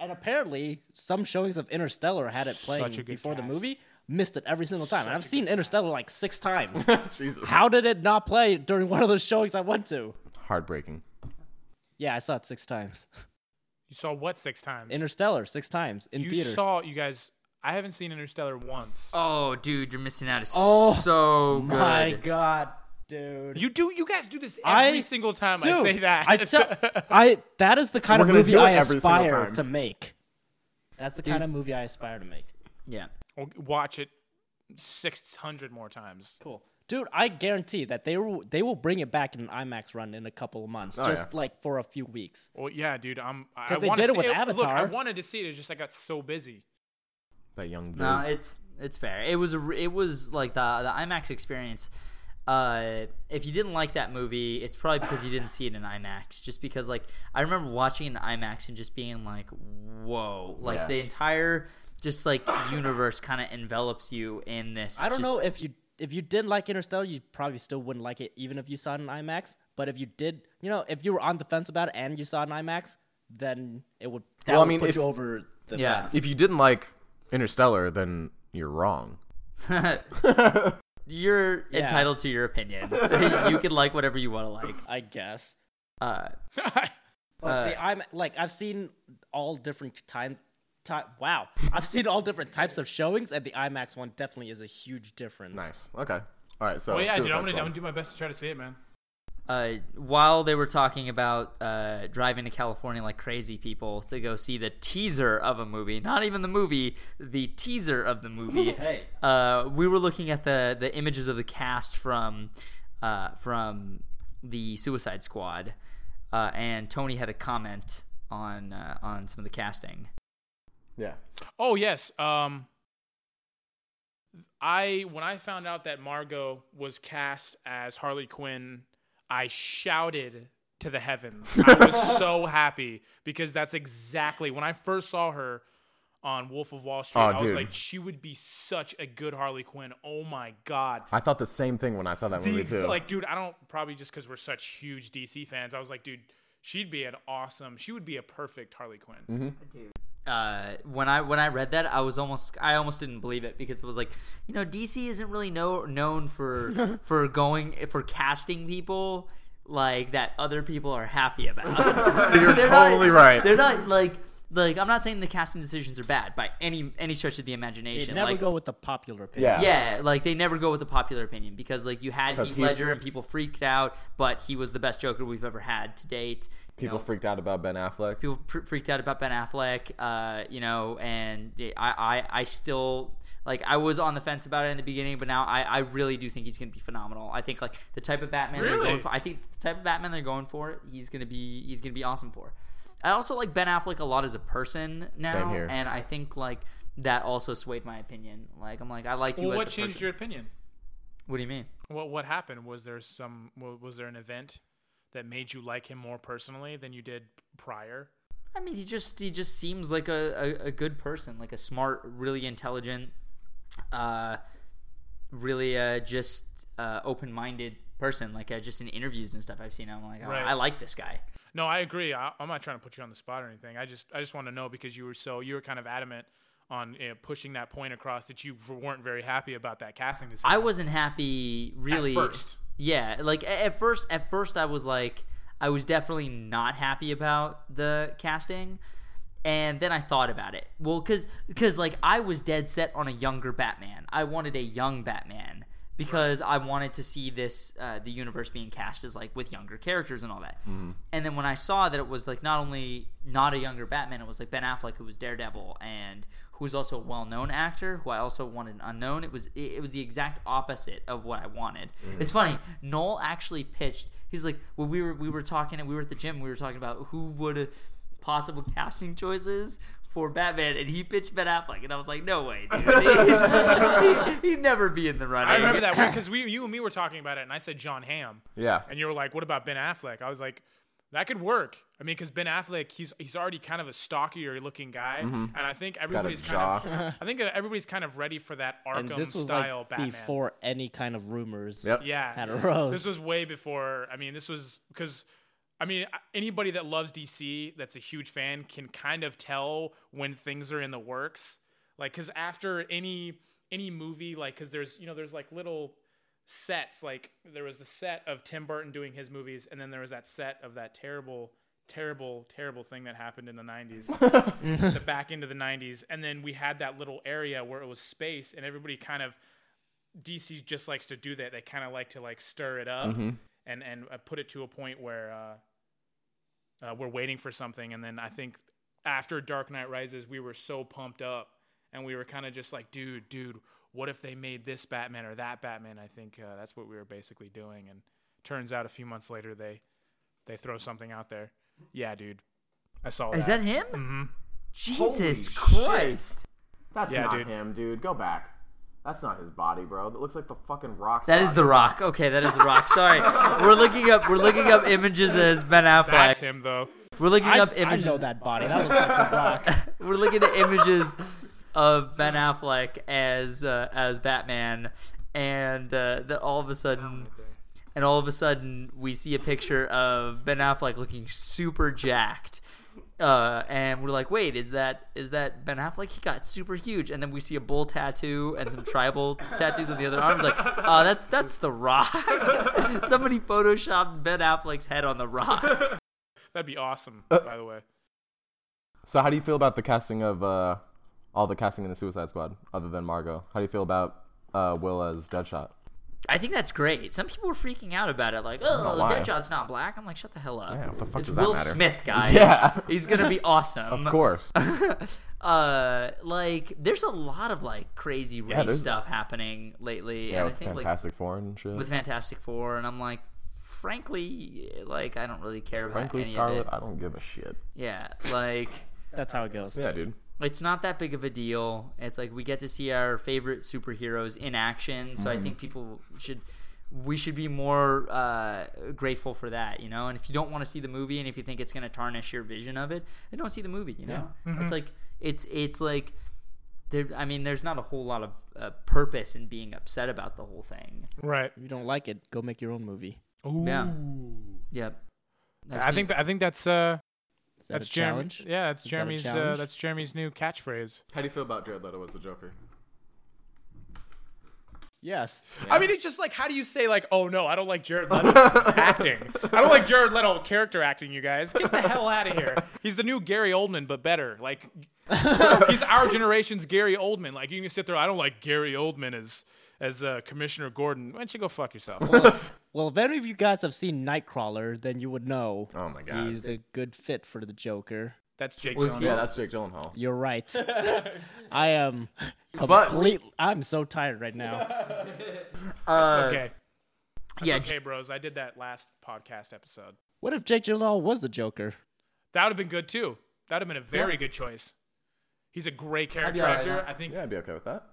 Speaker 4: And apparently, some showings of Interstellar had it playing
Speaker 3: a good
Speaker 4: before the
Speaker 3: cast.
Speaker 4: movie. Missed it every single time. And I've seen Interstellar like six times.
Speaker 2: Jesus.
Speaker 4: How did it not play during one of those showings I went to?
Speaker 2: Heartbreaking.
Speaker 4: Yeah, I saw it six times.
Speaker 3: You saw what six times?
Speaker 4: Interstellar six times in
Speaker 3: you
Speaker 4: theaters.
Speaker 3: saw you guys. I haven't seen Interstellar once.
Speaker 1: Oh, dude, you're missing out. It's
Speaker 4: Oh,
Speaker 1: so good.
Speaker 4: My God, dude.
Speaker 3: you do. You guys do this
Speaker 4: I-
Speaker 3: every single time I
Speaker 4: Dude,
Speaker 3: say that.
Speaker 4: I tell- I- that is the kind
Speaker 2: We're
Speaker 4: of
Speaker 2: gonna
Speaker 4: movie
Speaker 2: do it
Speaker 4: I
Speaker 2: every single
Speaker 4: aspire
Speaker 2: time.
Speaker 4: to make. That's the kind of movie I aspire to make.
Speaker 1: Yeah.
Speaker 3: We'll watch it six hundred more times.
Speaker 4: Cool. Dude, I guarantee that they will, they will bring it back in an IMAX run in a couple of months,
Speaker 2: Oh,
Speaker 4: just
Speaker 2: yeah.
Speaker 4: like for a few weeks.
Speaker 3: Well, yeah, dude. I'm. I- I
Speaker 4: 'Cause they
Speaker 3: wanna
Speaker 4: did it
Speaker 3: see
Speaker 4: with
Speaker 3: Look, I
Speaker 4: Avatar.
Speaker 3: wanted to see it. It's just I got so busy.
Speaker 2: That young dude.
Speaker 1: No, it's it's fair. It was a, re- it was like the the IMAX experience. Uh, if you didn't like that movie, it's probably because you didn't see it in IMAX. Just because, like, I remember watching it in IMAX and just being like, "Whoa!" Like
Speaker 2: Yeah.
Speaker 1: the entire just like universe kind of envelops you in this.
Speaker 4: I don't
Speaker 1: just-
Speaker 4: know if you if you didn't like Interstellar, you probably still wouldn't like it even if you saw it in IMAX. But if you did, you know, if you were on the fence about it and you saw it in IMAX, then it would that
Speaker 2: Well, I
Speaker 4: would
Speaker 2: mean,
Speaker 4: put
Speaker 2: if-
Speaker 4: you over the
Speaker 1: Yeah.
Speaker 4: fence.
Speaker 2: if you didn't like Interstellar, then you're wrong.
Speaker 1: You're
Speaker 4: Yeah.
Speaker 1: entitled to your opinion. you can like whatever you want to like.
Speaker 4: I guess.
Speaker 1: Uh,
Speaker 4: But the
Speaker 2: Uh.
Speaker 4: I'm like I've seen all different time. Ty- wow, I've seen all different types of showings, and the IMAX one definitely is a huge difference.
Speaker 2: Nice. Okay. All right. So.
Speaker 3: well, yeah, dude.
Speaker 2: Suicide
Speaker 3: I'm gonna, I'm
Speaker 2: Squad.
Speaker 3: gonna do my best to try to see it, man.
Speaker 1: uh, while they were talking about uh, driving to California like crazy people to go see the teaser of a movie, not even the movie, the teaser of the movie, uh, we were looking at the the images of the cast from uh, from the Suicide Squad, uh, and Tony had a comment on uh, on some of the casting.
Speaker 2: Yeah.
Speaker 3: Oh yes. Um, I when I found out that Margot was cast as Harley Quinn, I shouted to the heavens. I was so happy because that's exactly when I first saw her on Wolf of Wall Street.
Speaker 2: Oh,
Speaker 3: I was
Speaker 2: dude.
Speaker 3: like, she would be such a good Harley Quinn. Oh my god.
Speaker 2: I thought the same thing when I saw that movie
Speaker 3: These-
Speaker 2: too.
Speaker 3: like, dude, I don't probably just because we're such huge DC fans. I was like, dude, she'd be an awesome. She would be a perfect Harley Quinn.
Speaker 1: Mm-hmm. uh, when I when I read that, I was almost I almost didn't believe it because it was like you know DC isn't really know, known for for going for casting people like that other people are happy about.
Speaker 2: You're
Speaker 1: They're not-
Speaker 2: totally right.
Speaker 1: They're not like like I'm not saying the casting decisions are bad by any any stretch of the
Speaker 4: They
Speaker 1: imagination.
Speaker 4: never
Speaker 1: like,
Speaker 4: go with the popular opinion.
Speaker 2: yeah.
Speaker 1: yeah, like they never go with the popular opinion because like you had
Speaker 2: 'Cause
Speaker 1: Heath
Speaker 2: he-
Speaker 1: Ledger and people freaked out, but he was the best Joker we've ever had to date. You
Speaker 2: People
Speaker 1: know,
Speaker 2: freaked out about Ben Affleck.
Speaker 1: people pr- freaked out about Ben Affleck, uh, you know, and I, I, I still Like I was on the fence about it in the beginning, but now I, I really do think he's going to be phenomenal. I think like the type of Batman they're
Speaker 3: Really?
Speaker 1: going for. I think the type of Batman they're going for, he's going to be he's going to be awesome for. I also like Ben Affleck a lot as a person now,
Speaker 2: Same here.
Speaker 1: and I think like that also swayed my opinion. Like I'm like I like you.
Speaker 3: Well,
Speaker 1: as
Speaker 3: what
Speaker 1: a
Speaker 3: changed
Speaker 1: person.
Speaker 3: your opinion?
Speaker 1: What do you mean?
Speaker 3: What what happened? Was there some? wa- Was there an event that made you like him more personally than you did prior?
Speaker 1: I mean, he just he just seems like a, a, a good person, like a smart, really intelligent, uh, really uh, just uh, open minded person. Like uh, just in interviews and stuff I've seen, him, I'm like, oh,
Speaker 3: Right.
Speaker 1: I like this guy.
Speaker 3: No, I agree. I, I'm not trying to put you on the spot or anything. I just I just want to know because you were so you were kind of adamant on you know, pushing that point across that you weren't very happy about that casting decision.
Speaker 1: I wasn't happy really.
Speaker 3: first.
Speaker 1: Yeah, like a- at first at first I was like I was definitely not happy about the casting. And then I thought about it. Well, cuz cuz like I was dead set on a younger Batman. I wanted a young Batman because I wanted to see this uh, the universe being cast as like with younger characters and all that. And then when I saw that it was like not only not a younger Batman, it was like Ben Affleck who was Daredevil and who was also a well-known actor who I also wanted an unknown. It was it, it was the exact opposite of what I wanted. It's funny. Noel actually pitched. He's like, well, we were we were talking and we were at the gym. We were talking about who would possible casting choices for Batman, and he pitched Ben Affleck, and I was like, no way, dude. He's- he, would never be in the running.
Speaker 3: I remember that because we you and me were talking about it, and I said John Hamm.
Speaker 2: Yeah.
Speaker 3: And you were like, "What about Ben Affleck?" I was like, "That could work." I mean, because Ben Affleck, he's he's already kind of a stockier looking guy,
Speaker 4: Mm-hmm.
Speaker 3: and I think everybody's kind of I think everybody's kind of ready for that
Speaker 4: And
Speaker 3: Arkham
Speaker 4: this was
Speaker 3: style
Speaker 4: like
Speaker 3: Batman.
Speaker 4: before any kind of rumors.
Speaker 2: Yep.
Speaker 3: yeah,
Speaker 4: Had arose.
Speaker 3: This was way before. I mean, this was because. I mean, anybody that loves DC, that's a huge fan, can kind of tell when things are in the works. Like, because after any any movie, like, because there's you know there's like little sets. Like, there was the set of Tim Burton doing his movies, and then there was that set of that terrible, terrible, terrible thing that happened in the '90s the back end of the 90s and then we had that little area where it was space and everybody kind of dc just likes to do that they kind of like to like stir it up and and uh, put it to a point where uh, uh, we're waiting for something and then i think after dark knight rises we were so pumped up and we were kind of just like dude dude what if they made this batman or that batman i think uh, that's what we were basically doing and turns out a few months later they they throw something out there yeah dude i saw
Speaker 1: Is that him? Jesus
Speaker 2: Holy
Speaker 1: Christ.
Speaker 2: That's
Speaker 3: Yeah,
Speaker 2: not
Speaker 3: dude.
Speaker 2: him, dude. Go back. That's not his body, bro. That looks like the fucking rock.
Speaker 1: That is the Rock. Okay, that is the Rock. Sorry, we're looking up. We're looking up images as Ben
Speaker 3: That's
Speaker 1: Affleck.
Speaker 3: him, though.
Speaker 1: We're looking
Speaker 4: I,
Speaker 1: up
Speaker 4: I
Speaker 1: images.
Speaker 4: know that body. That looks like the rock.
Speaker 1: We're looking at images of Ben Affleck as uh, as Batman, and uh, the, all of a sudden, and all of a sudden, we see a picture of Ben Affleck looking super jacked. Uh, and we're like, wait, is that is that Ben Affleck? He got super huge, and then we see a bull tattoo and some tribal tattoos on the other arm. It's like, oh, that's that's the Rock. Somebody photoshopped Ben Affleck's head on the Rock.
Speaker 3: That'd be awesome,
Speaker 1: Uh,
Speaker 3: by the way.
Speaker 2: So, how do you feel about the casting of uh, all the casting in the Suicide Squad, other than Margot? How do you feel about uh, Will as Deadshot?
Speaker 1: I think that's great. Some people were freaking out about it, like, "Oh,
Speaker 2: know why.
Speaker 1: Deadshot's not black." I'm like, "Shut the hell up!"
Speaker 2: Yeah, what the fuck
Speaker 1: it's
Speaker 2: does that
Speaker 1: Will
Speaker 2: matter?
Speaker 1: Smith, guys.
Speaker 2: Yeah.
Speaker 1: he's gonna be awesome.
Speaker 2: Of course.
Speaker 1: uh, like, there's a lot of like crazy race
Speaker 2: there's-
Speaker 1: stuff happening lately,
Speaker 2: yeah,
Speaker 1: and I
Speaker 2: with
Speaker 1: think
Speaker 2: Fantastic Four and shit.
Speaker 1: like with Fantastic Four, and I'm like, frankly, like, I don't really care about
Speaker 2: Frankly,
Speaker 1: any of
Speaker 2: Scarlet,
Speaker 1: it.
Speaker 2: I don't give a shit.
Speaker 1: Yeah, like.
Speaker 4: That's how it goes.
Speaker 2: Yeah, dude.
Speaker 1: it's not that big of a deal. It's like we get to see our favorite superheroes in action, so I think people should we should be more uh, grateful for that, you know. And if you don't want to see the movie, and if you think it's going to tarnish your vision of it, then don't see the movie. You know, it's like it's it's like there. I mean, there's not a whole lot of uh, purpose in being upset about the whole thing.
Speaker 3: Right.
Speaker 4: If you don't like it, go make your own movie.
Speaker 3: Ooh.
Speaker 1: Yeah. Yep. I've
Speaker 3: I
Speaker 1: seen-
Speaker 3: think that, I think that's uh
Speaker 4: Is that
Speaker 3: that's
Speaker 4: a
Speaker 3: Jeremy.
Speaker 4: challenge?
Speaker 3: Yeah, that's
Speaker 4: Is that a
Speaker 3: Jeremy's uh,
Speaker 4: challenge?
Speaker 3: that's Jeremy's new catchphrase.
Speaker 2: How do you feel about Jared Leto as the Joker?
Speaker 4: Yes.
Speaker 3: I mean, it's just like how do you say like, oh no, I don't like Jared Leto acting. I don't like Jared Leto character acting. You guys, get the hell out of here. He's the new Gary Oldman, but better. Like, he's our generation's Gary Oldman. Like, you can sit there. I don't like Gary Oldman as as uh, Commissioner Gordon. Why don't you go fuck yourself?
Speaker 4: Well, if any of you guys have seen Nightcrawler, then you would know
Speaker 2: Oh my God.
Speaker 4: he's a good fit for the Joker.
Speaker 3: That's Jake
Speaker 1: Was
Speaker 3: Gyllenhaal.
Speaker 1: he-
Speaker 2: Yeah, that's Jake Gyllenhaal.
Speaker 4: You're right. I am
Speaker 2: But-
Speaker 4: complete. I'm so tired right now. uh,
Speaker 3: okay.
Speaker 1: yeah,
Speaker 3: Okay, bros. I did that last podcast episode.
Speaker 4: What if Jake Gyllenhaal was the Joker?
Speaker 3: That would have been good too. That would have been a very good choice. He's a great
Speaker 1: be
Speaker 3: character
Speaker 1: all right
Speaker 3: actor.
Speaker 1: now.
Speaker 3: I think
Speaker 2: Yeah, I'd be okay with that.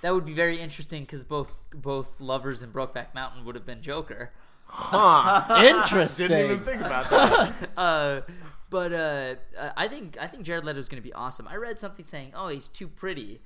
Speaker 1: that would be very interesting because both both lovers in Brokeback Mountain would have been Joker.
Speaker 2: Huh.
Speaker 4: Interesting.
Speaker 2: Didn't even think about that.
Speaker 1: Uh, but uh, uh, I think I think Jared Leto is going to be awesome. I read something saying, "Oh, he's too pretty,"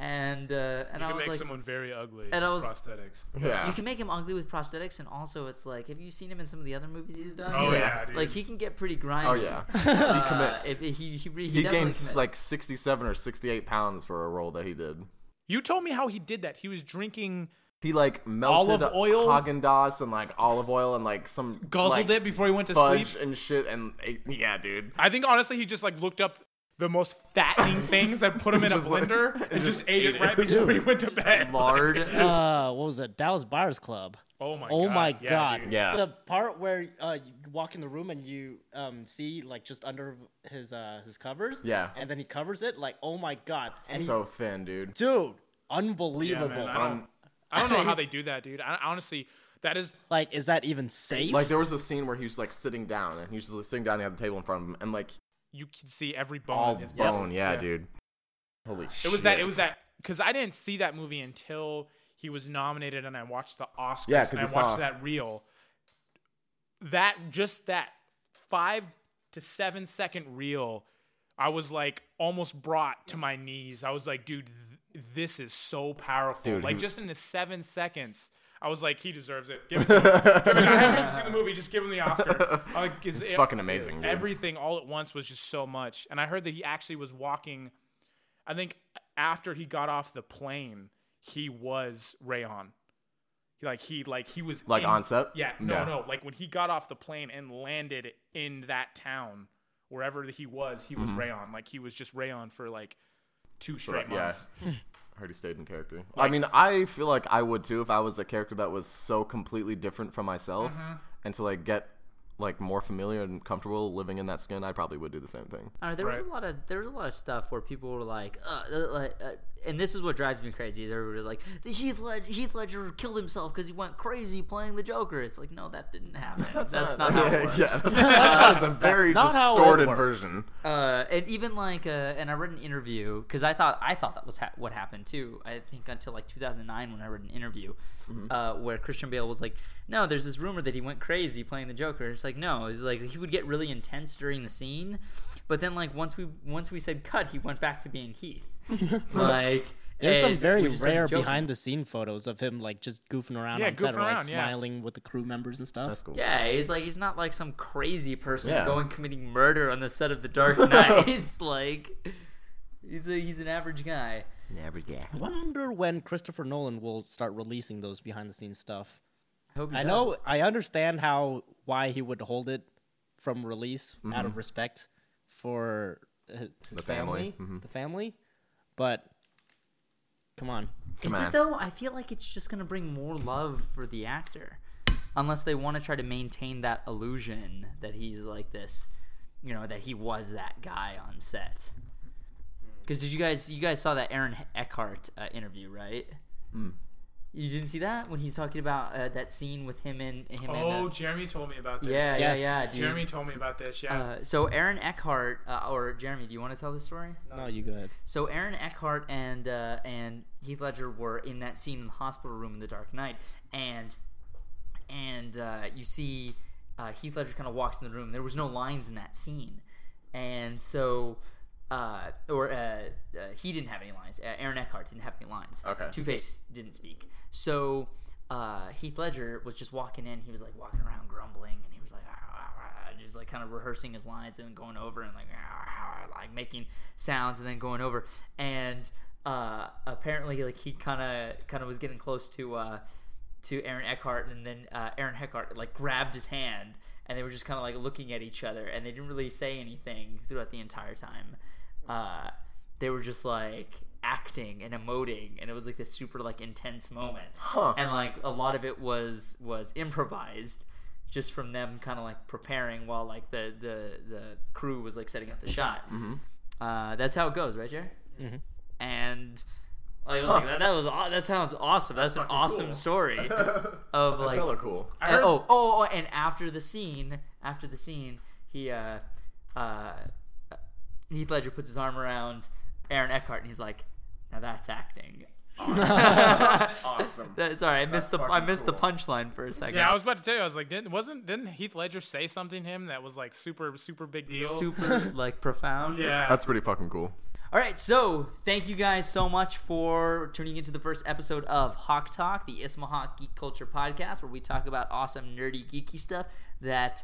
Speaker 1: and uh, and I
Speaker 3: you can
Speaker 1: was
Speaker 3: make
Speaker 1: like,
Speaker 3: someone very ugly
Speaker 1: And I
Speaker 3: with
Speaker 1: was-
Speaker 3: prosthetics.
Speaker 2: yeah.
Speaker 1: "You can make him ugly with prosthetics," and also it's like, have you seen him in some of the other movies he's done?
Speaker 3: Oh yeah, dude.
Speaker 1: Like he can get pretty grimy.
Speaker 2: oh yeah.
Speaker 1: Uh,
Speaker 2: he commits.
Speaker 1: If, if he he, he,
Speaker 2: he
Speaker 1: definitely
Speaker 2: gains
Speaker 1: commits.
Speaker 2: like 67 or 68 pounds for a role that he did.
Speaker 3: you told me how he did that. He was drinking,
Speaker 2: He like melted
Speaker 3: Olive oil?
Speaker 2: Haagen Dazs and like olive oil and like some
Speaker 3: guzzled
Speaker 2: like,
Speaker 3: it before he went to
Speaker 2: fudge
Speaker 3: sleep.
Speaker 2: and shit and ate- yeah, dude.
Speaker 3: I think honestly, he just like looked up the most fattening things and put them in a
Speaker 2: Just like-
Speaker 3: blender and,
Speaker 2: and
Speaker 3: just,
Speaker 2: just
Speaker 3: ate it
Speaker 2: ate
Speaker 3: right
Speaker 2: it.
Speaker 3: before he went to bed.
Speaker 1: lard.
Speaker 4: uh, what was it? Dallas Buyers Club.
Speaker 3: Oh my
Speaker 4: Oh
Speaker 3: god.
Speaker 4: my
Speaker 3: Yeah,
Speaker 4: god!
Speaker 3: dude.
Speaker 2: Yeah.
Speaker 4: The part where uh, you walk in the room and you um, see like just under his uh, his covers.
Speaker 2: Yeah.
Speaker 4: And then he covers it like oh my god! And he-
Speaker 2: So thin, dude.
Speaker 4: dude, unbelievable.
Speaker 3: man, I don't-
Speaker 2: Um,
Speaker 3: I don't know how they do that, dude. I, honestly, that is
Speaker 4: like, is that even safe?
Speaker 2: like there was a scene where he was like sitting down and he was just like, sitting down and he had the table in front of him and like
Speaker 3: you can see every bone.
Speaker 2: all
Speaker 3: in his body.
Speaker 2: bone. Yeah, dude. Holy shit.
Speaker 3: It was that. It was that because I didn't see that movie until he was nominated, and I watched the Oscars.
Speaker 2: Yeah, 'cause
Speaker 3: and I
Speaker 2: it's,
Speaker 3: watched
Speaker 2: uh,
Speaker 3: that reel. That just that five to seven second reel, I was like almost brought to my knees. I was like, dude, th- this is so powerful.
Speaker 2: Dude,
Speaker 3: like
Speaker 2: he-
Speaker 3: just in the seven seconds. I was like, he deserves it. Give it to him. Give it- I haven't even seen the movie. Just give him the Oscar. I'm Like, is
Speaker 2: It's
Speaker 3: it-
Speaker 2: fucking amazing, dude.
Speaker 3: Everything all at once was just so much. And I heard that he actually was walking I think after he got off the plane, he was Rayon. He like he like he was
Speaker 2: Like
Speaker 3: in-
Speaker 2: on set?
Speaker 3: Yeah, no,
Speaker 2: Yeah.
Speaker 3: no. Like when he got off the plane and landed in that town, wherever he was, he was Rayon. Like he was just Rayon for like two straight
Speaker 2: Mm-hmm. yeah.
Speaker 3: months.
Speaker 2: I heard he stayed in character. I mean, I feel like I would too if I was a character that was so completely different from myself,
Speaker 1: Mm-hmm.
Speaker 2: and to like get like more familiar and comfortable living in that skin, I probably would do the same thing.
Speaker 1: All right, there was
Speaker 3: Right.
Speaker 1: a lot of there was a lot of stuff where people were like, uh, uh, like, uh, and this is what drives me crazy. Is everybody was like, the Heath Ledger, Heath Ledger killed himself because he went crazy playing the Joker. It's like, no, that didn't happen. That's, not, how it works.
Speaker 2: yeah, that is a very
Speaker 4: not how it
Speaker 2: distorted
Speaker 4: works.
Speaker 2: version.
Speaker 1: Uh, and even like, uh, and I read an interview because I thought I thought that was ha- what happened too. I think until like 2009 when I read an interview uh, where Christian Bale was like, "No, there's this rumor that he went crazy playing the Joker." It's like, no, it's like he would get really intense during the scene, but then like once we once we said cut, he went back to being Heath. like
Speaker 4: There's some
Speaker 1: and
Speaker 4: very
Speaker 1: we just started
Speaker 4: rare
Speaker 1: joking.
Speaker 4: behind the scene photos of him like just goofing around
Speaker 3: Yeah,
Speaker 4: on set
Speaker 3: goofing
Speaker 4: or like
Speaker 3: around, yeah.
Speaker 4: smiling with the crew members and stuff.
Speaker 2: That's cool.
Speaker 1: Yeah, he's like he's not like some crazy person
Speaker 2: Yeah.
Speaker 1: going committing murder on the set of The Dark Knight. it's like he's a he's an average guy.
Speaker 2: Never get.
Speaker 4: Wonder when Christopher Nolan will start releasing those behind the scenes stuff.
Speaker 1: I hope he
Speaker 4: I
Speaker 1: does.
Speaker 4: know I understand how why he would hold it from release out of respect for his, his
Speaker 2: family.
Speaker 4: family, the family, but come on.
Speaker 1: Is
Speaker 2: Come on.
Speaker 1: it though? I feel like it's just gonna bring more love for the actor, unless they want to try to maintain that illusion that he's like this, you know, that he was that guy on set. Because did you guys you guys saw that Aaron Eckhart uh, interview, right?
Speaker 2: Hmm.
Speaker 1: You didn't see that when he's talking about uh, that scene with him and him
Speaker 3: Oh,
Speaker 1: and uh,
Speaker 3: Jeremy told me about this.
Speaker 1: yeah,
Speaker 4: Yes.
Speaker 1: yeah, yeah, dude.
Speaker 3: Jeremy told me about this. Yeah,
Speaker 1: Uh, so Aaron Eckhart uh, or Jeremy, do you want to tell the story?
Speaker 4: No, you go ahead.
Speaker 1: So Aaron Eckhart and uh, and Heath Ledger were in that scene in the hospital room in The Dark Knight, and and uh, you see uh, Heath Ledger kind of walks in the room. There was no lines in that scene, and so uh, or uh, uh, he didn't have any lines. Uh, Aaron Eckhart didn't have any lines.
Speaker 2: Okay.
Speaker 1: Two Face didn't speak. So uh, Heath Ledger was just walking in. He was like walking around grumbling, and he was like. "Ah, ah, ah," Just like kind of rehearsing his lines and going over and like "Ah, ah," like making sounds and then going over and uh, apparently like he kind of kind of was getting close to uh, to Aaron Eckhart, and then uh, Aaron Eckhart like grabbed his hand, and they were just kind of like looking at each other, and they didn't really say anything throughout the entire time. Uh, they were just like acting and emoting, and it was like this super like intense moment, and like a lot of it was was improvised just from them kind of like preparing while like the the the crew was like setting up the shot. Uh, that's how it goes, right, Jerry? And like, I was like, that, that was aw- that sounds awesome. That's, an awesome story of like
Speaker 2: Hella cool.
Speaker 1: and, oh, oh, oh, and after the scene, after the scene, he, uh, uh, Heath Ledger puts his arm around Aaron Eckhart, and he's like, "Now that's acting."
Speaker 2: Awesome.
Speaker 1: That- sorry, I missed the I
Speaker 2: fucking
Speaker 1: missed the
Speaker 2: cool.
Speaker 1: punchline for a second.
Speaker 3: Yeah, I was about to tell you. I was like, didn't wasn't didn't Heath Ledger say something to him that was like super super big deal?
Speaker 1: super like profound.
Speaker 3: Yeah.
Speaker 2: That's pretty fucking cool.
Speaker 1: All right, so thank you guys so much for tuning into the first episode of Hawk Talk, the Ismahawk Geek Culture podcast, where we talk about awesome, nerdy, geeky stuff that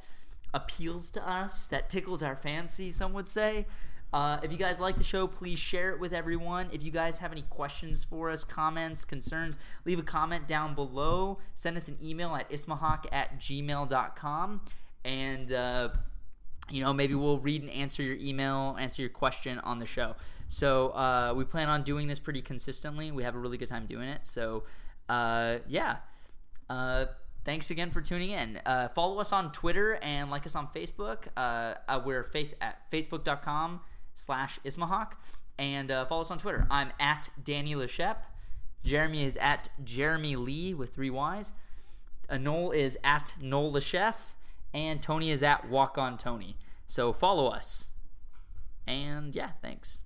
Speaker 1: appeals to us, that tickles our fancy, some would say. Uh, if you guys like the show, please share it with everyone. If you guys have any questions for us, comments, concerns, leave a comment down below. Send us an email at ismahawk at gmail.com. And uh, you know maybe we'll read and answer your email answer your question on the show so uh, we plan on doing this pretty consistently we have a really good time doing it so uh, yeah uh, thanks again for tuning in uh, follow us on twitter and like us on facebook uh, uh, we're face at facebook.com slash ismahawk and uh, follow us on twitter i'm at danny leshep jeremy is at jeremy lee with three y's uh, Noel is at Noel the Chef, and Tony is at Walk On Tony. So follow us. And yeah, thanks.